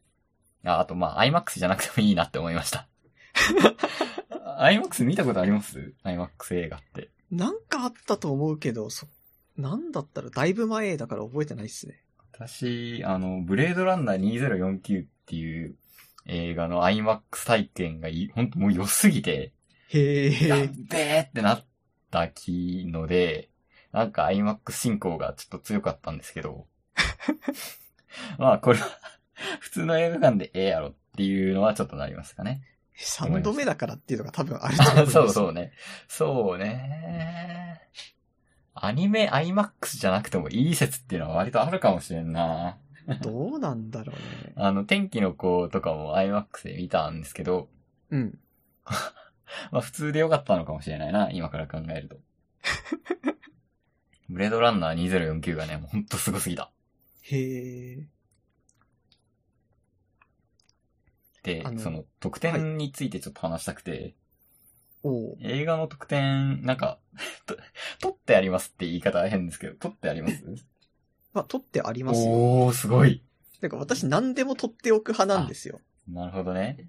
[SPEAKER 2] あ、あとまあ、IMAX じゃなくてもいいなって思いました。IMAX 見たことあります ?IMAX 映画って。
[SPEAKER 1] なんかあったと思うけど、そ、なんだったらだいぶ前だから覚えてないっすね。
[SPEAKER 2] 私、あの、ブレードランナー2049っていう映画の IMAX 体験がい、ほんともう良すぎて、
[SPEAKER 1] へ
[SPEAKER 2] やっ
[SPEAKER 1] え。
[SPEAKER 2] べーってなったきので、なんか IMAX 進行がちょっと強かったんですけど、 [laughs] まあこれは普通の映画館でええやろっていうのはちょっとなりますかね。
[SPEAKER 1] 3度目だからっていうのが多分あると思います。
[SPEAKER 2] [laughs] そう
[SPEAKER 1] う。
[SPEAKER 2] そうね。そうね。アニメ IMAX じゃなくてもいい説っていうのは割とあるかもしれんな。
[SPEAKER 1] どうなんだろうね。
[SPEAKER 2] あの、天気の子とかも IMAX で見たんですけど、
[SPEAKER 1] うん。
[SPEAKER 2] まあ普通でよかったのかもしれないな、今から考
[SPEAKER 1] [laughs]
[SPEAKER 2] えると。ブレードランナー2049がね、もうほんとすごすぎた。
[SPEAKER 1] へえ。
[SPEAKER 2] で
[SPEAKER 1] あ、の
[SPEAKER 2] その特典についてちょっと話したくて、
[SPEAKER 1] おう
[SPEAKER 2] 映画の特典、なんか、 [laughs] と、撮ってありますって言い方は変ですけど、撮ってあります
[SPEAKER 1] まあ、撮ってありますよ。
[SPEAKER 2] おー、すごい。
[SPEAKER 1] なんか私何でも撮っておく派なんですよ。
[SPEAKER 2] なるほどね。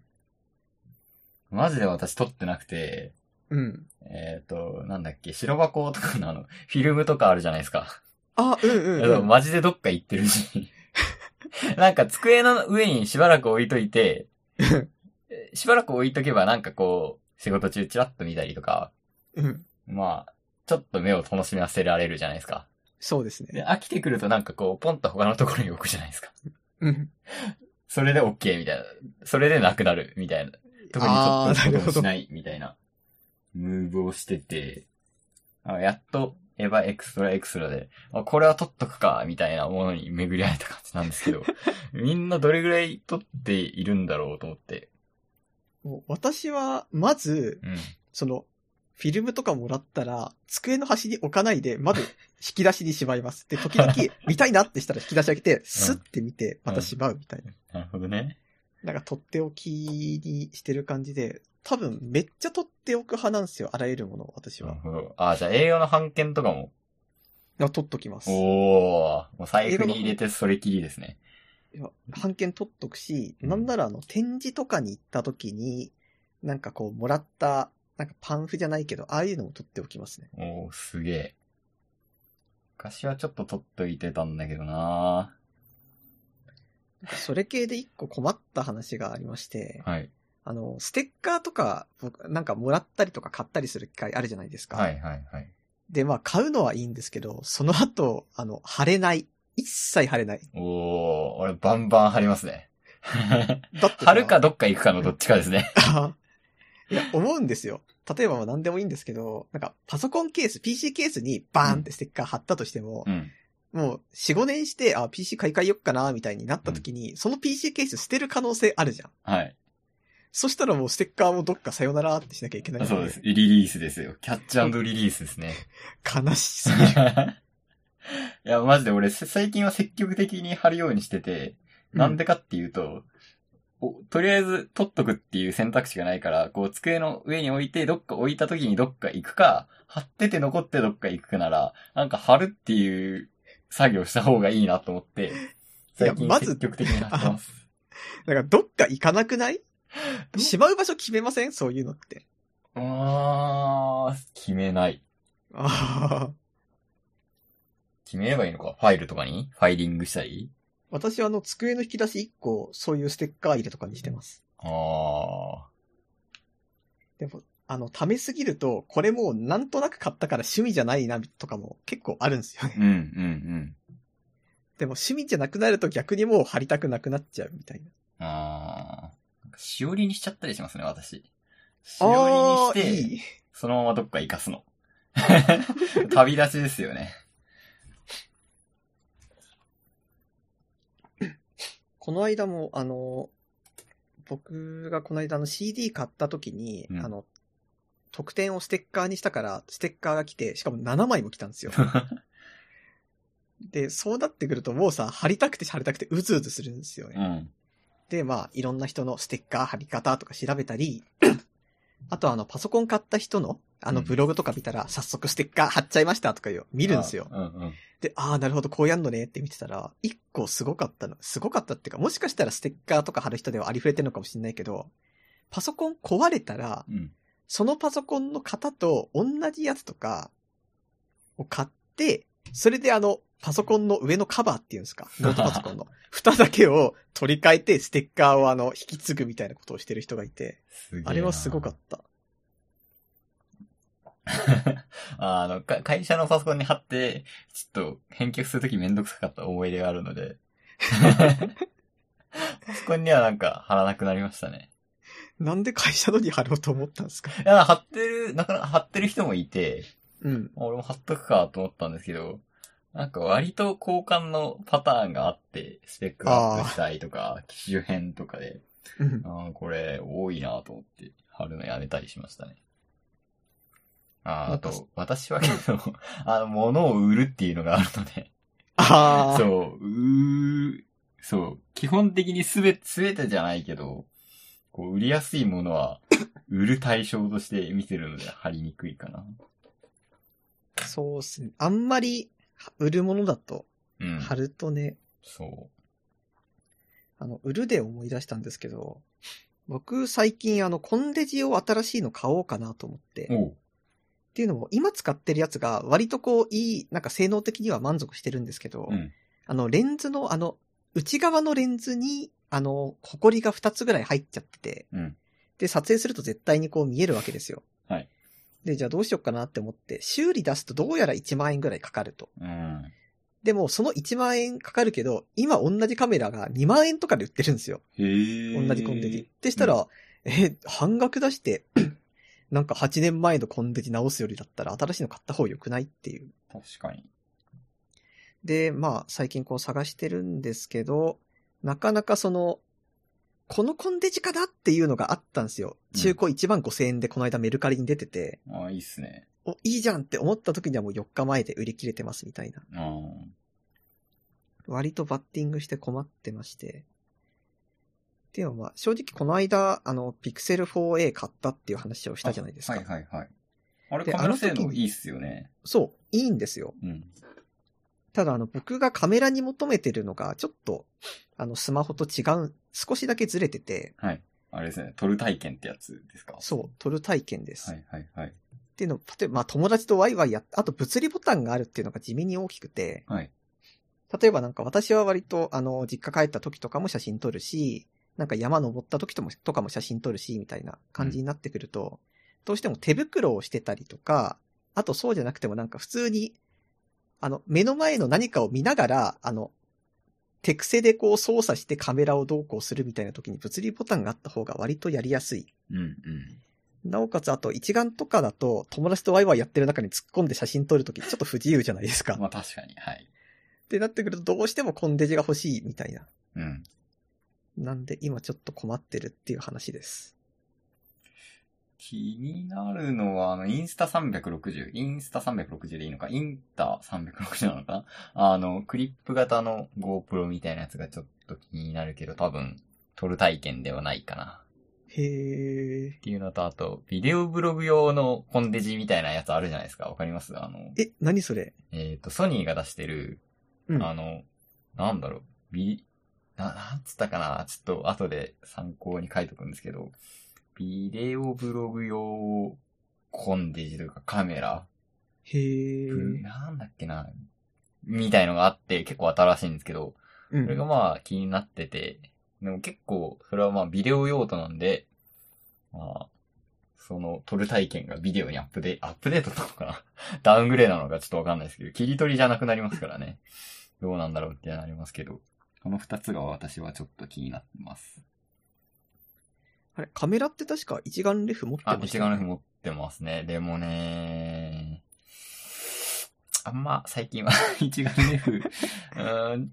[SPEAKER 2] マジで私撮ってなくて、
[SPEAKER 1] うん。
[SPEAKER 2] えっ、と、なんだっけ、白箱とかのあの、フィルムとかあるじゃないですか。
[SPEAKER 1] あ、うんうん、
[SPEAKER 2] いやでも
[SPEAKER 1] うん。
[SPEAKER 2] マジでどっか行って
[SPEAKER 1] [laughs]
[SPEAKER 2] るし。なんか机の上にしばらく置いといて、しばらく置いとけばなんかこう、仕事中チラッと見たりとか、
[SPEAKER 1] うん。
[SPEAKER 2] まあ、ちょっと目を楽しませられるじゃないですか。
[SPEAKER 1] そうですね。
[SPEAKER 2] で、飽きてくるとなんかこう、ポンと他のところに置くじゃないですか。
[SPEAKER 1] うん。
[SPEAKER 2] それで OK みたいな。それでなくなるみたいな。特にちょ
[SPEAKER 1] あー
[SPEAKER 2] っ
[SPEAKER 1] なる
[SPEAKER 2] とこと
[SPEAKER 1] ほ
[SPEAKER 2] も
[SPEAKER 1] ど
[SPEAKER 2] しないみたいな、ムーブをしてて、あやっと、エヴァエクストラエクストラで、あこれは取っとくか、みたいなものに巡り合えた感じなんで
[SPEAKER 1] [laughs]
[SPEAKER 2] すけど、みんなどれぐらい取っているんだろうと思って。
[SPEAKER 1] もう私は、まず、
[SPEAKER 2] うん。
[SPEAKER 1] その、フィルムとかもらったら、机の端に置かないで、まず引き出しにしまいます。で、時
[SPEAKER 2] [laughs]
[SPEAKER 1] 々、見たいなってしたら引き出し開けて、スッて見て、またしまうみたいな。
[SPEAKER 2] なるほどね。
[SPEAKER 1] なんか、取っておきにしてる感じで、多分、めっちゃ取っておく派なんですよ。あらゆるものを、私
[SPEAKER 2] なる
[SPEAKER 1] は。
[SPEAKER 2] ほど。あ、じゃあ映画の版権とかも。
[SPEAKER 1] だから取っときます。
[SPEAKER 2] おー、もう財布に入れてそれきりですね。
[SPEAKER 1] いや版権取っとくし、
[SPEAKER 2] うん
[SPEAKER 1] なんならあの、展示とかに行った時に、なんかこう、もらった、なんかパンフじゃないけど、ああいうのも取っておきますね。
[SPEAKER 2] おー、すげえ。昔はちょっと取っといてたんだけどな
[SPEAKER 1] なんかそれ系で一個困った話がありまして、
[SPEAKER 2] はい。
[SPEAKER 1] あの、ステッカーとか、僕なんかもらったりとか買ったりする機会あるじゃないですか。
[SPEAKER 2] はいはいはい。
[SPEAKER 1] で、まあ買うのはいいんですけど、その後、あの、貼れない。一切貼れない。
[SPEAKER 2] おー、俺バンバン貼ります [laughs] ね。
[SPEAKER 1] だってさ
[SPEAKER 2] 貼るかどっか行くかのどっちかですね。
[SPEAKER 1] [laughs] いや、思うんですよ。例えばまあ何でもいいんですけど、なんかパソコンケース、PC ケースにバーンってステッカー貼ったとしても、
[SPEAKER 2] うん。
[SPEAKER 1] もう4、5年して、あ、PC 買い替えよっかな、みたいになった時に、その PC ケース捨てる可能性あるじゃん。
[SPEAKER 2] はい。
[SPEAKER 1] そしたらもうステッカーもどっかさよならってしなきゃいけないの
[SPEAKER 2] そうです。リリースですよ。キャッチリリースですね。
[SPEAKER 1] 悲しすぎる。
[SPEAKER 2] いや、マジで俺、せ最近は積極的に貼るようにしてて、 [laughs] なんでかっていうと、おとりあえず取っとくっていう選択肢がないから、こう机の上に置いて、どっか置いた時にどっか行くか、貼ってて残ってどっか行くなら、なんか貼るっていう作業した方がいいなと思って、最近
[SPEAKER 1] いやまず
[SPEAKER 2] 積極的に貼ってます。
[SPEAKER 1] [laughs] なんかどっか行かなくないしまう場所決めませんそういうのって。
[SPEAKER 2] [laughs] あー、決めない。
[SPEAKER 1] ああ。
[SPEAKER 2] 決めればいいのか。ファイルとかにファイリングしたり
[SPEAKER 1] 私はあの、机の引き出し1個、そういうステッカー入れとかにしてます。
[SPEAKER 2] あー。
[SPEAKER 1] でも、あの、貯めすぎると、これもうなんとなく買ったから趣味じゃないな、とかも結構あるんですよね。
[SPEAKER 2] うん、うん、うん。
[SPEAKER 1] でも趣味じゃなくなると逆にもう貼りたくなくなっちゃうみたいな。
[SPEAKER 2] あー。なんかしおりにしちゃったりしますね、私。し
[SPEAKER 1] あ
[SPEAKER 2] お
[SPEAKER 1] あ
[SPEAKER 2] りにして、
[SPEAKER 1] いい。
[SPEAKER 2] そのままどっか行かすの。 [laughs] 旅立ちですよね。
[SPEAKER 1] この間も、あの、僕がこの間あの CD 買った時に、
[SPEAKER 2] うん
[SPEAKER 1] あの、特典をステッカーにしたから、ステッカーが来て、しかも7枚も来たんです
[SPEAKER 2] [laughs]
[SPEAKER 1] よ。で、そうなってくるともうさ、貼りたくて貼りたくてうずうずするんですよね。
[SPEAKER 2] うん。 [laughs]
[SPEAKER 1] で、まあ、いろんな人のステッカー貼り方とか調べたり、あとあの、パソコン買った人の、あの、
[SPEAKER 2] うん
[SPEAKER 1] ブログとか見たら、早速ステッカー貼っちゃいましたとかいう、見るんですよ。
[SPEAKER 2] あうんうん。
[SPEAKER 1] で、ああ、なるほど、こうやんのねって見てたら、一個すごかったの。すごかったっていうか、もしかしたらステッカーとか貼る人ではありふれてるのかもしれないけど、パソコン壊れたら、
[SPEAKER 2] うん。
[SPEAKER 1] そのパソコンの型と同じやつとかを買って、それであの、パソコンの上のカバーっていうんですか、ノートパソコンの。蓋だけを取り替えて、ステッカーをあの、引き継ぐみたいなことをしてる人がいて、
[SPEAKER 2] すげえな
[SPEAKER 1] あれはすごかった。
[SPEAKER 2] [laughs] あの、か会社のパソコンに貼って、ちょっと返却するときめんどくさかった思い出があるので。 [laughs] パソコンにはなんか貼らなくなりましたね。
[SPEAKER 1] なんで会社のに貼ろうと思ったんですか
[SPEAKER 2] いや、貼ってる、なかなか貼ってる人もいて、
[SPEAKER 1] うん。
[SPEAKER 2] 俺も貼っとくかと思ったんですけど、なんか割と交換のパターンがあって、スペックアップしたいとか、機種変とかで、
[SPEAKER 1] うん。
[SPEAKER 2] ああ、これ多いなと思って貼るのやめたりしましたね。あーあと、私はけど、 [laughs] あの、物を売るっていうのがあるので、
[SPEAKER 1] ああ、
[SPEAKER 2] そう、うーそう、基本的にすべ、すべてじゃないけど、こう、売りやすいものは、売る対象として見てるので貼りにくいかな。
[SPEAKER 1] そうっすね。あんまり売るものだと、
[SPEAKER 2] うん。
[SPEAKER 1] 貼るとね、
[SPEAKER 2] そ
[SPEAKER 1] あの、売るで思い出したんですけど、僕最近あの、コンデジを新しいの買おうかなと思って、
[SPEAKER 2] う。おう。
[SPEAKER 1] っていうのも、今使ってるやつが割とこう、いい、なんか性能的には満足してるんですけど、
[SPEAKER 2] うん。
[SPEAKER 1] あの、レンズの、あの、内側のレンズに、あの、ホコリが2つぐらい入っちゃってて、
[SPEAKER 2] うん。
[SPEAKER 1] で、撮影すると絶対にこう見えるわけですよ。
[SPEAKER 2] はい。
[SPEAKER 1] で、じゃあどうしようかなって思って、修理出すとどうやら1万円ぐらいかかると。
[SPEAKER 2] うん。
[SPEAKER 1] でも、その1万円かかるけど、今同じカメラが2万円とかで売ってるんですよ。
[SPEAKER 2] へえ。
[SPEAKER 1] 同じコンデジ。ってしたら、え、半額出して、 [clears throat] なんか8年前のコンデジ直すよりだったら新しいの買った方が良くないっていう。
[SPEAKER 2] 確かに。
[SPEAKER 1] で、まあ、最近こう探してるんですけど、なかなかその、このコンデジかなっていうのがあったんですよ。
[SPEAKER 2] うん
[SPEAKER 1] 中古1万5千円でこの間メルカリに出てて、
[SPEAKER 2] ああ、いいっすね。
[SPEAKER 1] お、いいじゃんって思った時にはもう4日前で売り切れてますみたいな。
[SPEAKER 2] あ
[SPEAKER 1] 割とバッティングして困ってまして。ではまあ、正直この間、あの、ピクセル 4A 買ったっていう話をしたじゃないですか。
[SPEAKER 2] あはいはいはい。あれ、
[SPEAKER 1] で
[SPEAKER 2] カメラ性
[SPEAKER 1] あの時
[SPEAKER 2] 能
[SPEAKER 1] に
[SPEAKER 2] いいっすよね。
[SPEAKER 1] そう、いいんですよ。
[SPEAKER 2] うん。
[SPEAKER 1] ただあの、僕がカメラに求めてるのが、ちょっと、あの、スマホと違う、少しだけずれてて、
[SPEAKER 2] はい。あれですね、撮る体験ってやつですか
[SPEAKER 1] そう、撮る体験です。
[SPEAKER 2] は
[SPEAKER 1] っ
[SPEAKER 2] いはいはい。
[SPEAKER 1] ていうの、例えば、まあ、友達とワイワイやっあと物理ボタンがあるっていうのが地味に大きくて、
[SPEAKER 2] はい。
[SPEAKER 1] 例えばなんか私は割と、あの、実家帰った時とかも写真撮るし、なんか山登った時ともとかも写真撮るし、みたいな感じになってくると、どうしても手袋をしてたりとか、あとそうじゃなくてもなんか普通に、あの、目の前の何かを見ながら、あの、手癖でこう操作してカメラをどうこうするみたいな時に物理ボタンがあった方が割とやりやすい。
[SPEAKER 2] うんうん。
[SPEAKER 1] なおかつ、あと、一眼とかだと、友達とワイワイやってる中に突っ込んで写真撮るとき、ちょっと不自由じゃないですか。
[SPEAKER 2] まあ確かに、はい。
[SPEAKER 1] ってなってくると、どうしてもコンデジが欲しいみたいな。
[SPEAKER 2] うん。
[SPEAKER 1] なんで、今ちょっと困ってるっていう話です。
[SPEAKER 2] 気になるのは、あの、インスタ360、インスタ360でいいのか、インタ360なのかなあの、クリップ型の GoPro みたいなやつがちょっと気になるけど、多分、撮る体験ではないかな。
[SPEAKER 1] へー
[SPEAKER 2] っ。ていうのと、あと、ビデオブログ用のコンデジみたいなやつあるじゃないですか。わかりますあの、
[SPEAKER 1] え、何それ
[SPEAKER 2] えっ、と、ソニーが出してる、
[SPEAKER 1] うん。
[SPEAKER 2] あの、なんだろう、ビ、な、なんつったかなちょっと後で参考に書いとくんですけど、ビデオブログ用コンデジというかカメラ、
[SPEAKER 1] へー。
[SPEAKER 2] ブなんだっけなみたいのがあって、結構新しいんですけど、
[SPEAKER 1] う
[SPEAKER 2] それが
[SPEAKER 1] ん。
[SPEAKER 2] まあ気になってて、でも結構、それはまあビデオ用途なんで、まあ、その撮る体験がビデオにアップデ、アップデートなのかな [laughs] ダウングレードなのかちょっとわかんないですけど、切り取りじゃなくなりますからね。どうなんだろうってなりますけど、この二つが私はちょっと気になってます。
[SPEAKER 1] あれ、カメラって確か一眼レフ持って
[SPEAKER 2] あ、
[SPEAKER 1] ました
[SPEAKER 2] 一
[SPEAKER 1] よ
[SPEAKER 2] 眼
[SPEAKER 1] ね
[SPEAKER 2] レフ持ってますね。でもね、あんま最近は [laughs] 一眼レフ、うーんう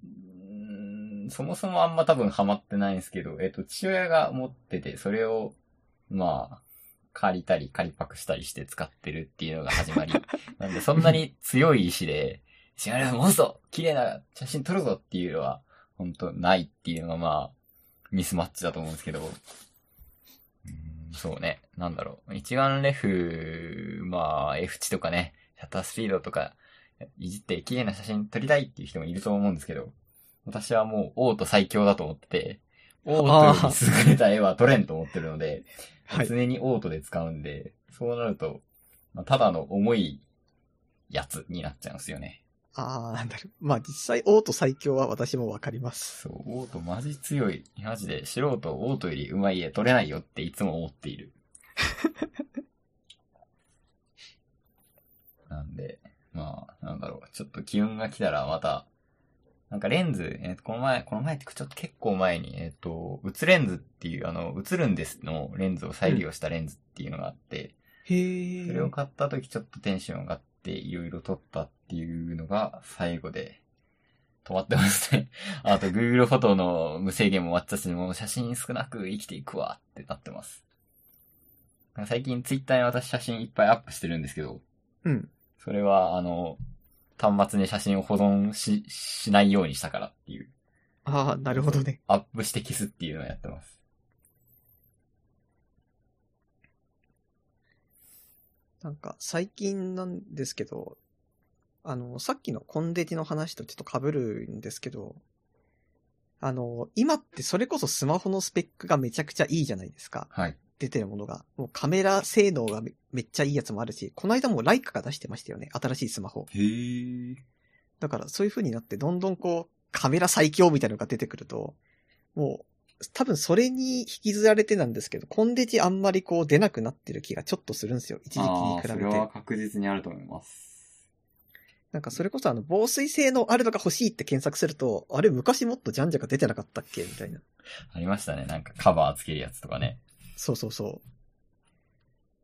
[SPEAKER 2] ーん、そもそもあんま多分ハマってないんですけど、えっと、父親が持ってて、それを、まあ、借りたり借りパクしたりして使ってるっていうのが始
[SPEAKER 1] [laughs]
[SPEAKER 2] まり。なんで、そんなに強い意志で、一眼レフ持つぞ綺麗な写真撮るぞっていうのは、本当ないっていうのがまあ、ミスマッチだと思うんですけど、うーんそうね。なんだろう。一眼レフ、まあ、F 値とかね、シャッタースピードとか、いじって綺麗な写真撮りたいっていう人もいると思うんですけど、私はもう、オート最強だと思ってて、オートより優れた絵は撮れんと思ってるので、
[SPEAKER 1] はい。
[SPEAKER 2] 常にオートで使うんで、そうなると、まあ、ただの重いやつになっちゃうんですよね。
[SPEAKER 1] ああ、なんだろう。まあ実際、オート最強は私もわかります。
[SPEAKER 2] そう、オートマジ強い。マジで素人オートより上手い絵撮れないよっていつも思っている。 [laughs] なんで、まあ、なんだろう。ちょっと気運が来たらまた、なんかレンズ、えーこの前、この前っていうかちょっと結構前に、えっ、と、映レンズっていう、あの、映るんですのレンズを再利用したレンズっていうのがあって、
[SPEAKER 1] へえ。
[SPEAKER 2] それを買った時ちょっとテンション上がっていろいろ撮ったっていうのが最後で止まってますね。 [laughs] あと Google フォトの無制限も終わっちゃし、もう写真少なく生きていくわってなってます。なんか最近 Twitter に私写真いっぱいアップしてるんですけど、
[SPEAKER 1] うん。
[SPEAKER 2] それはあの、端末に写真を保存し、しないようにしたからっていう。
[SPEAKER 1] ああ、なるほどね。
[SPEAKER 2] アップして消すっていうのをやってます。
[SPEAKER 1] なんか、最近なんですけど、あの、さっきのコンデジの話とちょっと被るんですけど、あの、今ってそれこそスマホのスペックがめちゃくちゃいいじゃないですか。
[SPEAKER 2] はい。
[SPEAKER 1] 出てるものが。もうカメラ性能がめめっちゃいいやつもあるし、この間もライカが出してましたよね。新しいスマホ。
[SPEAKER 2] へー。
[SPEAKER 1] だからそういう風になって、どんどんこう、カメラ最強みたいなのが出てくると、もう、多分それに引きずられてなんですけど、コンデジあんまりこう出なくなってる気がちょっとするんですよ。一時期に
[SPEAKER 2] あ
[SPEAKER 1] 比べ
[SPEAKER 2] ーそ
[SPEAKER 1] て
[SPEAKER 2] れ。は確実にあると思います。
[SPEAKER 1] なんかそれこそあの、防水性能あるのが欲しいって検索すると、あれ昔もっとジャンジャが出てなかったっけみたいな。
[SPEAKER 2] ありましたね。なんかカバーつけるやつとかね。
[SPEAKER 1] そうそうそう。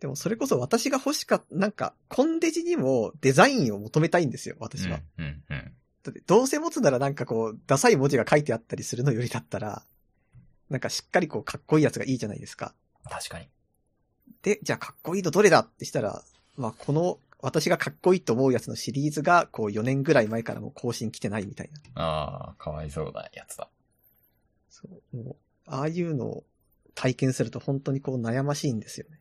[SPEAKER 1] でもそれこそ私が欲しかった、なんか、コンデジにもデザインを求めたいんですよ、私は。
[SPEAKER 2] うん、うん、うん。
[SPEAKER 1] だってどうせ持つならなんかこう、ダサい文字が書いてあったりするのよりだったら、なんかしっかりこう、かっこいいやつがいいじゃないですか。
[SPEAKER 2] 確かに。
[SPEAKER 1] で、じゃあかっこいいのどれだってしたら、まあこの、私がかっこいいと思うやつのシリーズが、こう4年ぐらい前からもう更新来てないみたいな。
[SPEAKER 2] ああ、かわいそうなやつだ。
[SPEAKER 1] そう、もう、ああいうのを体験すると本当にこう悩ましいんですよね。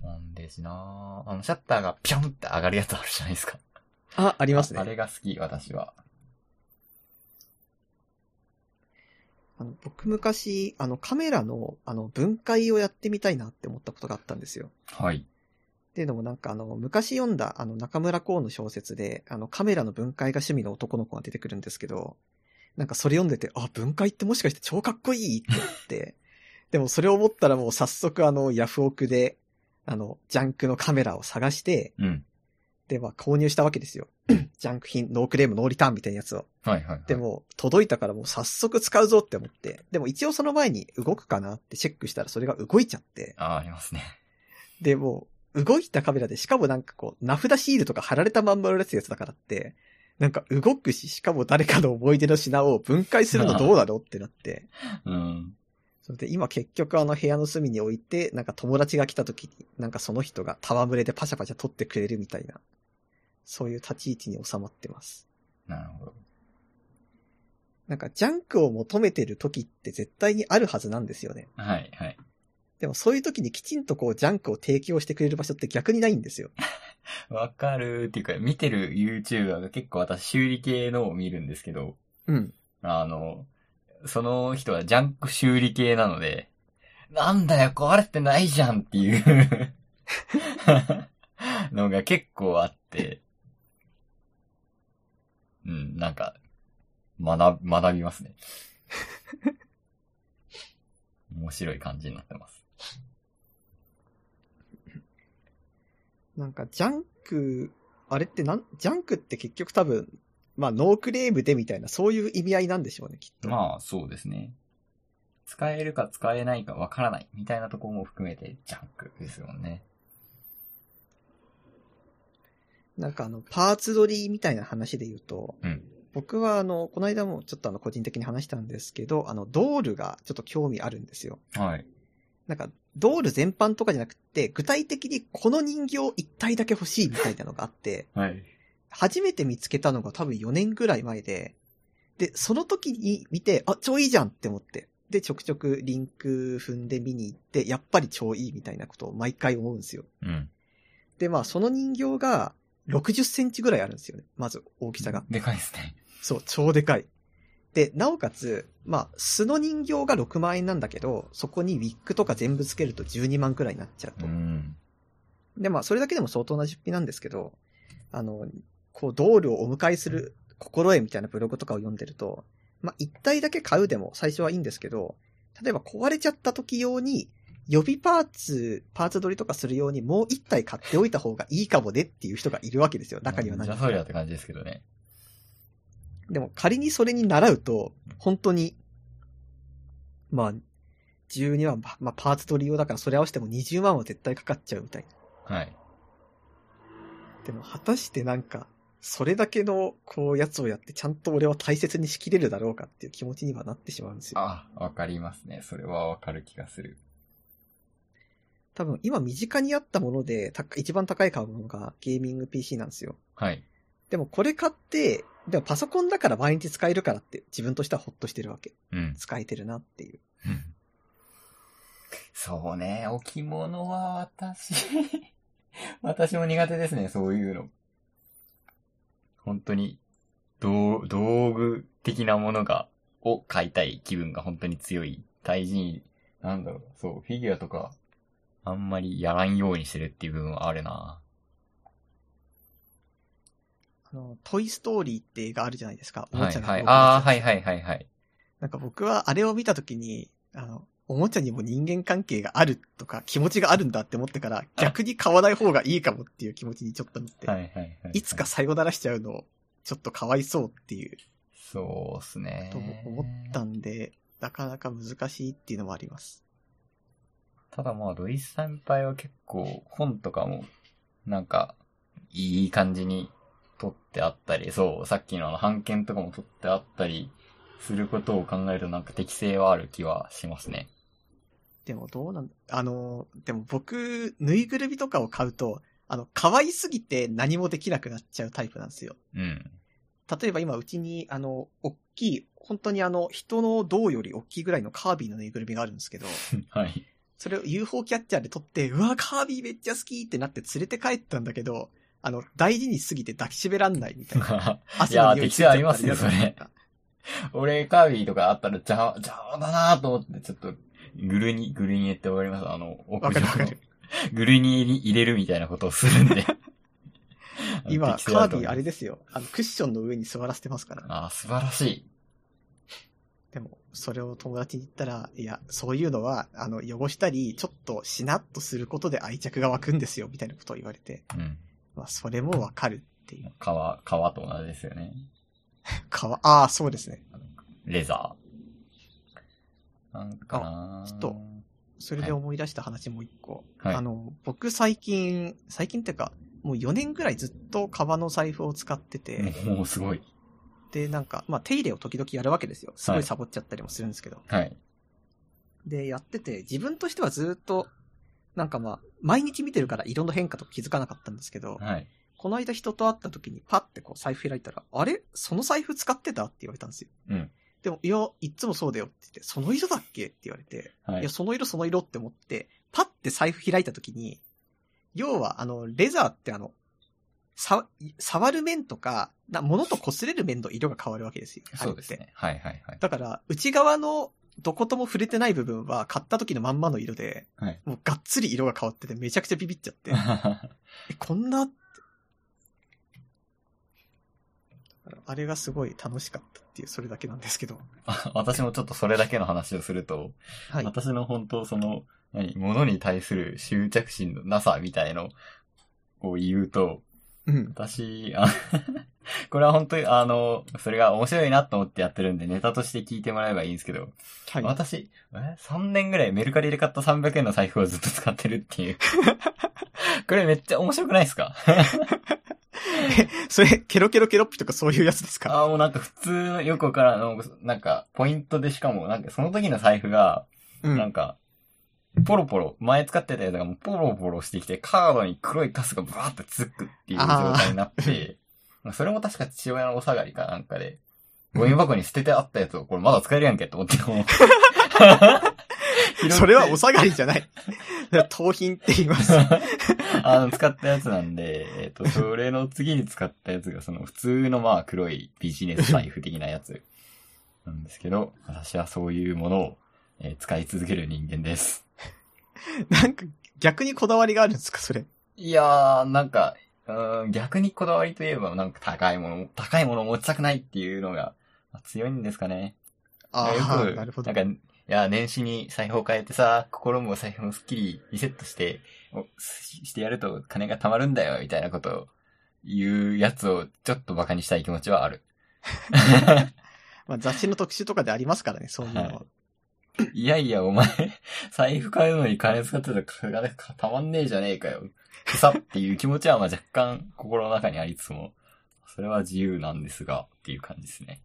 [SPEAKER 2] コンデジなーあの、シャッターがピョンって上がるやつあるじゃないですか。
[SPEAKER 1] あ、ありますね。
[SPEAKER 2] あ
[SPEAKER 1] あ
[SPEAKER 2] れが好き、私は。
[SPEAKER 1] の僕昔、あのカメラのあの分解をやってみたいなって思ったことがあったんですよ。
[SPEAKER 2] はい。
[SPEAKER 1] っていうのもなんかあの、昔読んだあの中村光の小説で、あのカメラの分解が趣味の男の子が出てくるんですけど、なんかそれ読んでて、あ、分解ってもしかして超かっこいいって思って、 [laughs] でもそれを思ったらもう早速あの、ヤフオクで、あの、ジャンクのカメラを探して、
[SPEAKER 2] うん。
[SPEAKER 1] で、まあ購入したわけですよ。 [clears throat] ジャンク品、ノークレーム、ノーリターンみたいなやつを。
[SPEAKER 2] はい、はい。
[SPEAKER 1] で、も、届いたからもう早速使うぞって思って、でも一応その前に動くかなってチェックしたらそれが動いちゃって、
[SPEAKER 2] ああ、ありますね。 [laughs]
[SPEAKER 1] で、もう、動いたカメラで、しかもなんかこう、名札シールとか貼られたまんまのやつやつだからって、なんか動くし、しかも誰かの思い出の品を分解するのどうなのってなって、
[SPEAKER 2] うん。
[SPEAKER 1] それで今結局あの部屋の隅に置いて、なんか友達が来た時に、なんかその人が戯れでパシャパシャ撮ってくれるみたいな、そういう立ち位置に収まってます。
[SPEAKER 2] なるほど。
[SPEAKER 1] なんかジャンクを求めてる時って絶対にあるはずなんですよね。
[SPEAKER 2] はい、はい。
[SPEAKER 1] でもそういう時にきちんとこうジャンクを提供してくれる場所って逆にないんですよ。
[SPEAKER 2] わかるっていうか、見てる YouTuber が結構私修理系のを見るんですけど、
[SPEAKER 1] うん。
[SPEAKER 2] あの、その人はジャンク修理系なので、なんだよ、壊れてないじゃんっていう [laughs] のが結構あって、うん、なんか、学び、学びます [laughs] ね。面白い感じになってます。
[SPEAKER 1] なんかジャンク、あれってなん、ジャンクって結局多分、まあノークレームでみたいな、そういう意味合いなんでしょうね、きっと。
[SPEAKER 2] まあ、そうですね。使えるか使えないかわからないみたいなところも含めてジャンクですよね。
[SPEAKER 1] なんかあの、パーツ取りみたいな話で言うと、
[SPEAKER 2] うん
[SPEAKER 1] 僕はあの、この間もちょっとあの、個人的に話したんですけど、あの、ドールがちょっと興味あるんですよ。
[SPEAKER 2] はい。
[SPEAKER 1] なんか、ドール全般とかじゃなくて、具体的にこの人形一体だけ欲しいみたいなのがあって、
[SPEAKER 2] はい。
[SPEAKER 1] 初めて見つけたのが多分4年ぐらい前で、で、その時に見て、あ、超いいじゃんって思って、で、ちょくちょくリンク踏んで見に行って、やっぱり超いいみたいなことを毎回思うんですよ。
[SPEAKER 2] うん。
[SPEAKER 1] で、まあ、その人形が60センチぐらいあるんですよね。まず、大きさが。
[SPEAKER 2] でかいですね。
[SPEAKER 1] そう、超でかい。で、なおかつ、まあ、素の人形が6万円なんだけど、そこにウィッグとか全部つけると12万くらいになっちゃうと。
[SPEAKER 2] うん。
[SPEAKER 1] で、まあ、それだけでも相当な出費なんですけど、あの、こう、ドールをお迎えする心得みたいなブログとかを読んでると、まあ、一体だけ買うでも最初はいいんですけど、例えば壊れちゃった時用に、予備パーツ、パーツ取りとかするようにもう一体買っておいた方がいいかもねっていう人がいるわけですよ、中には
[SPEAKER 2] なん
[SPEAKER 1] 何
[SPEAKER 2] じゃ
[SPEAKER 1] 人
[SPEAKER 2] そ
[SPEAKER 1] か
[SPEAKER 2] りゃって感じですけどね。
[SPEAKER 1] でも仮にそれに習うと、本当に、まあ、12万、まあパーツ取り用だからそれ合わせても20万は絶対かかっちゃうみたいな。
[SPEAKER 2] はい。
[SPEAKER 1] でも果たしてなんか、それだけの、こう、やつをやってちゃんと俺は大切にしきれるだろうかっていう気持ちにはなってしまうんですよ。
[SPEAKER 2] あ、わかりますね。それはわかる気がする。
[SPEAKER 1] 多分今身近にあったもので、た一番高い買うものがゲーミング PC なんですよ。
[SPEAKER 2] はい。
[SPEAKER 1] でもこれ買って、でもパソコンだから毎日使えるからって自分としてはほっとしてるわけ。
[SPEAKER 2] うん。
[SPEAKER 1] 使えてるなっていう。
[SPEAKER 2] そうね、置物は私、 [laughs] 私も苦手ですね、そういうの。本当に、道道具的なものが、を買いたい気分が本当に強い。大事に、なんだろう、そう、フィギュアとか、あんまりやらんようにしてるっていう部分はあるな
[SPEAKER 1] あの、トイストーリーって映画あるじゃないですか。おも
[SPEAKER 2] はい
[SPEAKER 1] ちゃ
[SPEAKER 2] はい。ああ、
[SPEAKER 1] あ
[SPEAKER 2] はいはいはいはい。
[SPEAKER 1] なんか僕はあれを見たときに、あの、おもちゃにも人間関係があるとか気持ちがあるんだって思ってから逆に買わない方がいいかもっていう気持ちにちょっとなって、
[SPEAKER 2] は
[SPEAKER 1] い、
[SPEAKER 2] いはいはいはい。
[SPEAKER 1] つかさよならしちゃうのちょっとかわいそうっていう
[SPEAKER 2] そうっすね。
[SPEAKER 1] と思ったんで、なかなか難しいっていうのもあります。
[SPEAKER 2] ただまあ、土井先輩は結構本とかも、なんか、いい感じに取ってあったり、そう、さっきのあの、版権とかも取ってあったり、することを考えるとなんか適性はある気はしますね。
[SPEAKER 1] でもどうなんあの、でも僕、ぬいぐるみとかを買うと、あの、可愛すぎて何もできなくなっちゃうタイプなんですよ。
[SPEAKER 2] うん。 [laughs]
[SPEAKER 1] 例えば今うちに、あの、大きい、本当にあの、人の胴より大きいぐらいのカービィのぬいぐるみがあるんです
[SPEAKER 2] [laughs]
[SPEAKER 1] けど、
[SPEAKER 2] はい。
[SPEAKER 1] それを UFO キャッチャーで撮って、うわ、カービィめっちゃ好きってなって連れて帰ったんだけど、あの、大事にしすぎて抱きしめらんないみたい
[SPEAKER 2] [laughs]
[SPEAKER 1] な。
[SPEAKER 2] いやー、
[SPEAKER 1] 匂い
[SPEAKER 2] 適
[SPEAKER 1] つい
[SPEAKER 2] 性
[SPEAKER 1] ちゃ
[SPEAKER 2] あ
[SPEAKER 1] った
[SPEAKER 2] りますよ、それ。俺、カービィとかあったら邪魔、邪魔だなーと思って、ちょっと、ぐるに、ぐるにえってわかりますあの、
[SPEAKER 1] わかるわか
[SPEAKER 2] [laughs]
[SPEAKER 1] る。
[SPEAKER 2] ぐるにに入れるみたいなことをす
[SPEAKER 1] [laughs]
[SPEAKER 2] るんで。
[SPEAKER 1] 今、
[SPEAKER 2] 適性
[SPEAKER 1] カー
[SPEAKER 2] ると
[SPEAKER 1] ビィ
[SPEAKER 2] 思います
[SPEAKER 1] あれですよ。あの、クッションの上に座らせてますから。
[SPEAKER 2] あー素晴らしい。
[SPEAKER 1] でも、それを友達に言ったら、いや、そういうのは、あの、汚したり、ちょっとしなっとすることで愛着が湧くんですよ、みたいなことを言われて、
[SPEAKER 2] うん。
[SPEAKER 1] まあ、それもわかるっていう。
[SPEAKER 2] 革、革と同じですよね。
[SPEAKER 1] かわ、ああ、そうですね。
[SPEAKER 2] レザー。なんかな
[SPEAKER 1] あちょっと。それで思い出した話もう一個。
[SPEAKER 2] はい
[SPEAKER 1] あの、僕最近、最近っていうか、もう4年ぐらいずっと革の財布を使ってて、
[SPEAKER 2] [laughs] もうすごい。
[SPEAKER 1] で、なんか、まあ手入れを時々やるわけですよ。すご
[SPEAKER 2] はいい
[SPEAKER 1] サボっちゃったりもするんですけど。
[SPEAKER 2] はい。
[SPEAKER 1] で、やってて、自分としてはずっと、なんかまあ、毎日見てるから色の変化とか気づかなかったんですけど、
[SPEAKER 2] はい。
[SPEAKER 1] この間人と会った時にパッてこう財布開いたら、あれその財布使ってたって言われたんですよ。
[SPEAKER 2] うん
[SPEAKER 1] でも、いや、いっつもそうだよって言って、その色だっけって言われて、
[SPEAKER 2] はい
[SPEAKER 1] や、
[SPEAKER 2] い。
[SPEAKER 1] その色その色って思って、パッて財布開いた時に、要は、あの、レザーってあの、さ、触る面とか、な、物と擦れる面の色が変わるわけですよ。
[SPEAKER 2] そうです
[SPEAKER 1] あれって。
[SPEAKER 2] ね。はいはいはい。
[SPEAKER 1] だから、内側のどことも触れてない部分は、買った時のまんまの色で、
[SPEAKER 2] はい
[SPEAKER 1] もうがっつり色が変わってて、めちゃくちゃビビっちゃって、えこんなって、だからあれがすごい楽しかったっていう、それだけなんですけど。
[SPEAKER 2] あ [laughs] 私もちょっとそれだけの話をすると、
[SPEAKER 1] はい。
[SPEAKER 2] 私の本当その、何、物に対する執着心のなさみたいのを言うと、
[SPEAKER 1] うん。
[SPEAKER 2] 私、あ [laughs] これは本当に、あの、それが面白いなと思ってやってるんで、ネタとして聞いてもらえばいいんですけど、
[SPEAKER 1] はい。
[SPEAKER 2] 私、え ?3 年ぐらいメルカリで買った300円の財布をずっと使ってるっ
[SPEAKER 1] [laughs]
[SPEAKER 2] ていう。これめっちゃ面白くないですか
[SPEAKER 1] それ、ケロケロケロッピとかそういうやつですか
[SPEAKER 2] ああ、もうなんか普通のよくわからん、あのなんか、ポイントでしかも、なんかその時の財布が、
[SPEAKER 1] う
[SPEAKER 2] なんか、ポロポロ、前使ってたやつがもうポロポロしてきて、カードに黒いカスがブワーってつくっていう状態になって、 [laughs] まあそれも確か父
[SPEAKER 1] [laughs]
[SPEAKER 2] 親のお下がりかなんかで、ゴミ箱に捨ててあったやつを、これまだ使えるやんけって思って、もう [laughs]
[SPEAKER 1] それはお下がりじゃ
[SPEAKER 2] [laughs]
[SPEAKER 1] ない。盗品って言います。
[SPEAKER 2] あの、使ったやつなんで、えっ、と、それの次に使ったやつが、その普通のまあ黒いビジネス財布的なやつなんですけど、私はそういうものを、えー使い続ける人間です。
[SPEAKER 1] なんか、逆にこだわりがあるんですか、それ。
[SPEAKER 2] いやー、なんか、うーん逆にこだわりといえば、なんか高いもの、高いものを持ちたくないっていうのがまあ強いんですかね。
[SPEAKER 1] あ
[SPEAKER 2] よ
[SPEAKER 1] あ、
[SPEAKER 2] く
[SPEAKER 1] なるほど。
[SPEAKER 2] んか、いや、年始に財布を変えてさ、心も財布もスッキリリセットして、おししてやると金が貯まるんだよ、みたいなことを言うやつをちょっと馬鹿にしたい気持ちは
[SPEAKER 1] [laughs]
[SPEAKER 2] ある。
[SPEAKER 1] まあ、雑誌の特集とかでありますからね、そういうのは。
[SPEAKER 2] はいいやいや、お前、財布買うのに金使ってたら金が貯まんねえじゃねえかよ。くさっていう気持ちはまあ若干心の中にありつつも、それは自由なんですが、っていう感じですね。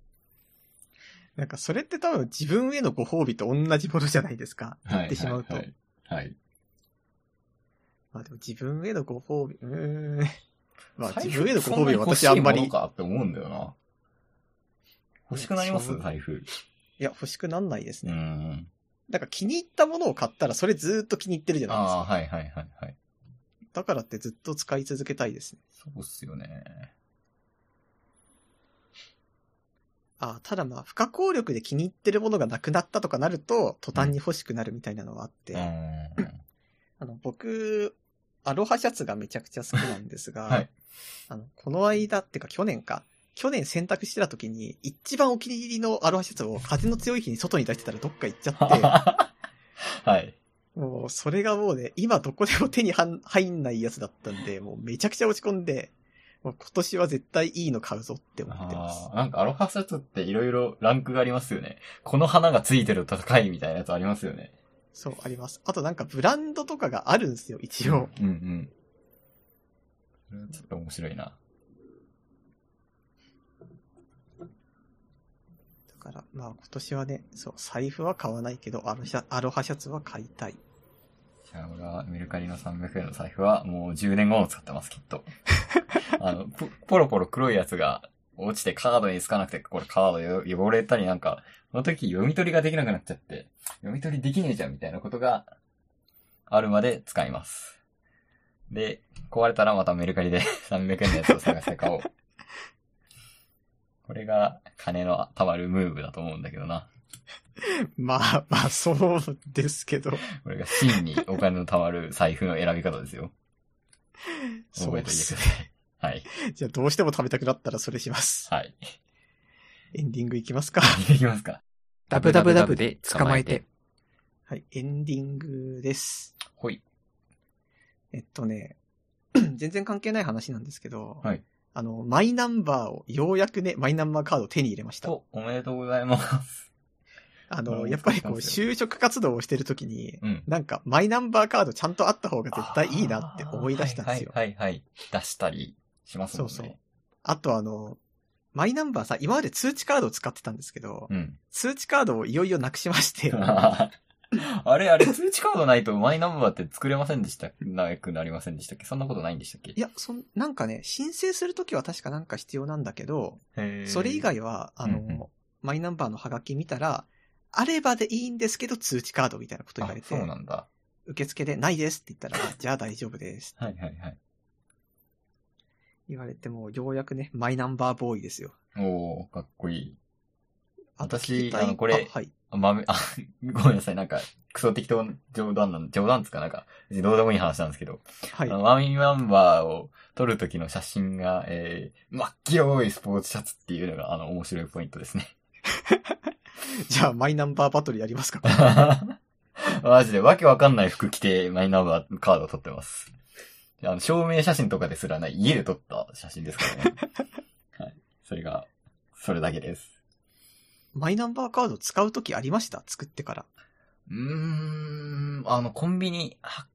[SPEAKER 1] なんか、それって多分自分へのご褒美と同じものじゃないですか。言ってしまうと。
[SPEAKER 2] はい。はい
[SPEAKER 1] まあでも自分へのご褒美、うーん。まあ
[SPEAKER 2] 財
[SPEAKER 1] 自
[SPEAKER 2] 布
[SPEAKER 1] 分へのご褒美は私あんまり、
[SPEAKER 2] そなに欲しいもの
[SPEAKER 1] い
[SPEAKER 2] かって思うんだよな。欲しくなります
[SPEAKER 1] そう
[SPEAKER 2] 財布。
[SPEAKER 1] や、欲しくなんないです
[SPEAKER 2] うー
[SPEAKER 1] ね。
[SPEAKER 2] ん。
[SPEAKER 1] だから気に入ったものを買ったらそれずーっと気に入ってるじゃないです
[SPEAKER 2] ああ、
[SPEAKER 1] か。
[SPEAKER 2] はいはいはいはい。
[SPEAKER 1] だからってずっと使い続けたいですね。
[SPEAKER 2] そうっすよね。
[SPEAKER 1] ああ、ただまあ、不可抗力で気に入ってるものがなくなったとかなると、途端に欲しくなるみたいなのはあって、
[SPEAKER 2] うーん。
[SPEAKER 1] あの、僕、アロハシャツがめちゃくちゃ好きなんですが、
[SPEAKER 2] [laughs] はい
[SPEAKER 1] あの、この間っていうか去年か、去年選択してた時に、一番お気に入りのアロハシャツを風の強い日に外に出してたらどっか行っちゃって、
[SPEAKER 2] [laughs] はい。
[SPEAKER 1] もう、それがもうね、今どこでも手にはん [laughs] 入んないやつだったんで、もうめちゃくちゃ落ち込んで、もう今年は絶対いいの買うぞって思ってます
[SPEAKER 2] あ。あ、なんかアロハシャツっていろいろランクがありますよね。この花がついてると高いみたいなやつありますよね。
[SPEAKER 1] そう、あります。あとなんかブランドとかがあるんですよ、一応。
[SPEAKER 2] うんうん。それはちょっと面白いな。
[SPEAKER 1] だから、まあ今年はね、そう、財布は買わないけど、アロシャアロハシャツは買いたい。 [laughs]
[SPEAKER 2] じゃあ俺はメルカリの300円の財布はもう10年後も使ってます、きっと。あの、ポポロポロ黒いやつが落ちてカードにつかなくて、これカードよ汚れたりなんか、その時読み取りができなくなっちゃって、読み取りできねえじゃんみたいなことがあるまで使います。で、壊れたらまたメルカリで [laughs] 300円のやつを探して買おう。これが金の溜まるムーブだと思うんだけどな。
[SPEAKER 1] まあまあそうで
[SPEAKER 3] [laughs]
[SPEAKER 1] すけど、
[SPEAKER 2] これが真にお金の溜まる財布の選び方ですよ。
[SPEAKER 1] そう
[SPEAKER 2] 覚
[SPEAKER 1] で
[SPEAKER 2] えておいてく
[SPEAKER 1] す
[SPEAKER 2] だ。さい。はい。
[SPEAKER 1] [laughs] じゃあどうしても食べたくなったらそれします。
[SPEAKER 2] はい。
[SPEAKER 1] エンディングいきますか。
[SPEAKER 2] いきますか。
[SPEAKER 3] ダブダブダブで捕まえて。
[SPEAKER 1] はい、エンディングです。
[SPEAKER 2] ほい。
[SPEAKER 1] えっとね、 [clears throat] 全然関係ない話なんですけど、
[SPEAKER 2] はい
[SPEAKER 1] あの、マイナンバーを、ようやくね、マイナンバーカードを手に入れました。
[SPEAKER 2] と、おめでとうございます。
[SPEAKER 1] あ
[SPEAKER 2] う
[SPEAKER 1] の、
[SPEAKER 2] ん
[SPEAKER 1] やっぱりこう、
[SPEAKER 2] 使ってますよ
[SPEAKER 1] 就職活動をしてるときに、
[SPEAKER 2] うん。
[SPEAKER 1] なんか、マイナンバーカードちゃんとあった方が絶対いいなって思い出したんですよ。
[SPEAKER 2] あーはいはいはいはい。出したりしますもんね。
[SPEAKER 1] そうそうあとあの、マイナンバーさ、今まで通知カードを使ってたんですけど、
[SPEAKER 2] うん。
[SPEAKER 1] 通知カードをいよいよなくしまして、
[SPEAKER 2] [laughs] あれあれ、通知カードないとマイナンバーって作れませんでしたなくなりませんでしたっけそんなことないんでしたっけ
[SPEAKER 1] いや、そん、なんかね、申請するときは確かなんか必要なんだけど、
[SPEAKER 2] へー
[SPEAKER 1] それ以外は、あの、
[SPEAKER 2] うんうん
[SPEAKER 1] マイナンバーのハガキ見たら、あればでいいんですけど通知カードみたいなこと言われ
[SPEAKER 2] あ
[SPEAKER 1] て
[SPEAKER 2] そう、なんだ。
[SPEAKER 1] 受付でないですって言ったら、
[SPEAKER 2] [laughs]
[SPEAKER 1] あじゃあ大丈夫です。
[SPEAKER 2] はいはいはい。
[SPEAKER 1] 言われても、ようやくね、マイナンバーボーイですよ。
[SPEAKER 2] おー、かっこいい。
[SPEAKER 1] あと
[SPEAKER 2] 私
[SPEAKER 1] 聞きたい
[SPEAKER 2] あのこれ
[SPEAKER 1] あはい。
[SPEAKER 2] あ、豆、あ、ごめんなさい。なんか、クソ適当な冗談なん、冗談っつうかなんか、別にどうでもいい話なんですけど、
[SPEAKER 1] はい
[SPEAKER 2] あ。のマミナンバーを撮る時の写真が、えー、真っ黄色いスポーツシャツっていうのが、あの、面白いポイントですね。 [laughs]
[SPEAKER 1] [laughs] じゃあ、マイナンバーバトルやり
[SPEAKER 2] [laughs]
[SPEAKER 1] ますか
[SPEAKER 2] マジで、わけわかんない服着て、マイナンバーカード撮ってます。あの、証明写真とかですらない、家で撮った写真ですか
[SPEAKER 1] [laughs]
[SPEAKER 2] らね。はい。それが、それだけです。
[SPEAKER 1] マイナンバーカード使うときありました作ってから。
[SPEAKER 2] うーん、あの、コンビニは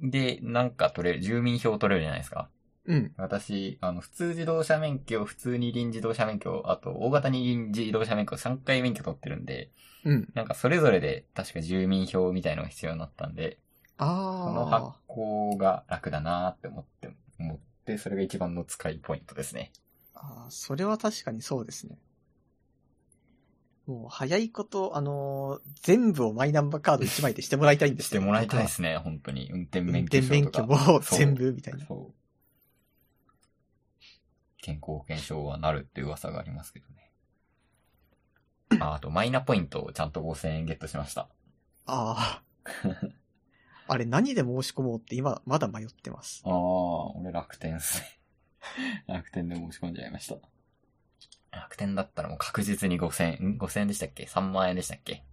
[SPEAKER 2] で、なんか取れる、住民票取れるじゃないですか。
[SPEAKER 1] うん。
[SPEAKER 2] 私、あの、普通自動車免許、普通二輪自動車免許、あと、大型二輪自動車免許、3回免許取ってるんで、
[SPEAKER 1] うん。
[SPEAKER 2] なんかそれぞれで、確か住民票みたいのが必要になったんで、この発
[SPEAKER 1] ああ。
[SPEAKER 2] 行が楽だなーって思って、思って、それが一番の使いポイントですね。
[SPEAKER 1] ああ、それは確かにそうですね。もう早いこと、あのー全部をマイナンバーカード1枚でしてもらいたいんです
[SPEAKER 2] し
[SPEAKER 1] よ
[SPEAKER 2] てもらいたいですね、本当に。運転
[SPEAKER 1] 運
[SPEAKER 2] 免許
[SPEAKER 1] 転
[SPEAKER 2] 証
[SPEAKER 1] 免
[SPEAKER 2] とか。
[SPEAKER 1] 許も
[SPEAKER 2] そう
[SPEAKER 1] 全部みたいな。
[SPEAKER 2] そう。健康保険証はなるって噂がありますけどね。あ、あとマイナポイントをちゃんと5000円ゲットしました。
[SPEAKER 1] あ
[SPEAKER 2] [laughs]
[SPEAKER 1] あ。あれ何で申し込もうって今まだ迷ってます。
[SPEAKER 2] ああ、俺楽天っすね。 [laughs] 楽天で申し込んじゃいました。楽天だったらもう確実に5000、ん5000円でしたっけ ?3 万円でしたっけ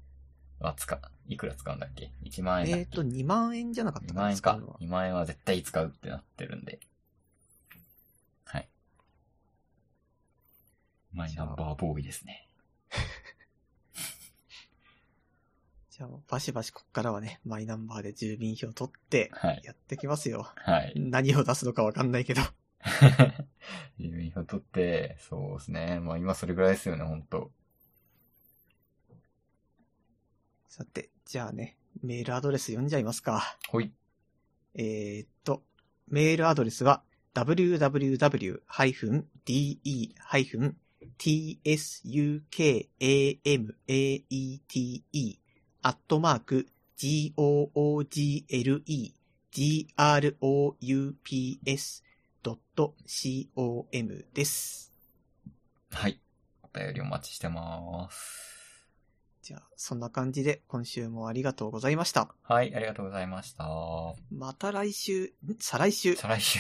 [SPEAKER 2] は使う、いくら使うんだっけ ?1 万円だっ
[SPEAKER 1] え
[SPEAKER 2] け
[SPEAKER 1] っ、と、2万円じゃなかったか
[SPEAKER 2] 2
[SPEAKER 1] な
[SPEAKER 2] 万円
[SPEAKER 1] 使う
[SPEAKER 2] か
[SPEAKER 1] のは。
[SPEAKER 2] 2万円は絶対使うってなってるんで。はい。マイナンバーボーイですね。
[SPEAKER 1] じゃあ、バシバシこっからはね、マイナンバーで住民票取って、
[SPEAKER 2] はい。
[SPEAKER 1] やってきますよ。
[SPEAKER 2] はい。 [laughs]
[SPEAKER 1] 何を出すのかわかんないけど。 [laughs]
[SPEAKER 2] 住民票取って、そうですね。まあ今それぐらいですよね、ほんと。
[SPEAKER 1] さて、じゃあね、メールアドレス読んじゃいますか。
[SPEAKER 2] ほい。
[SPEAKER 1] えーっと、メールアドレスは www-de-tsukamate アットマーク google.groups.com です。
[SPEAKER 2] はい。お便りお待ちしてます。
[SPEAKER 1] じゃあ、そんな感じで今週もありがとうございました。
[SPEAKER 2] はい、ありがとうございました。
[SPEAKER 1] また来週、ん再来週。
[SPEAKER 2] 再来週。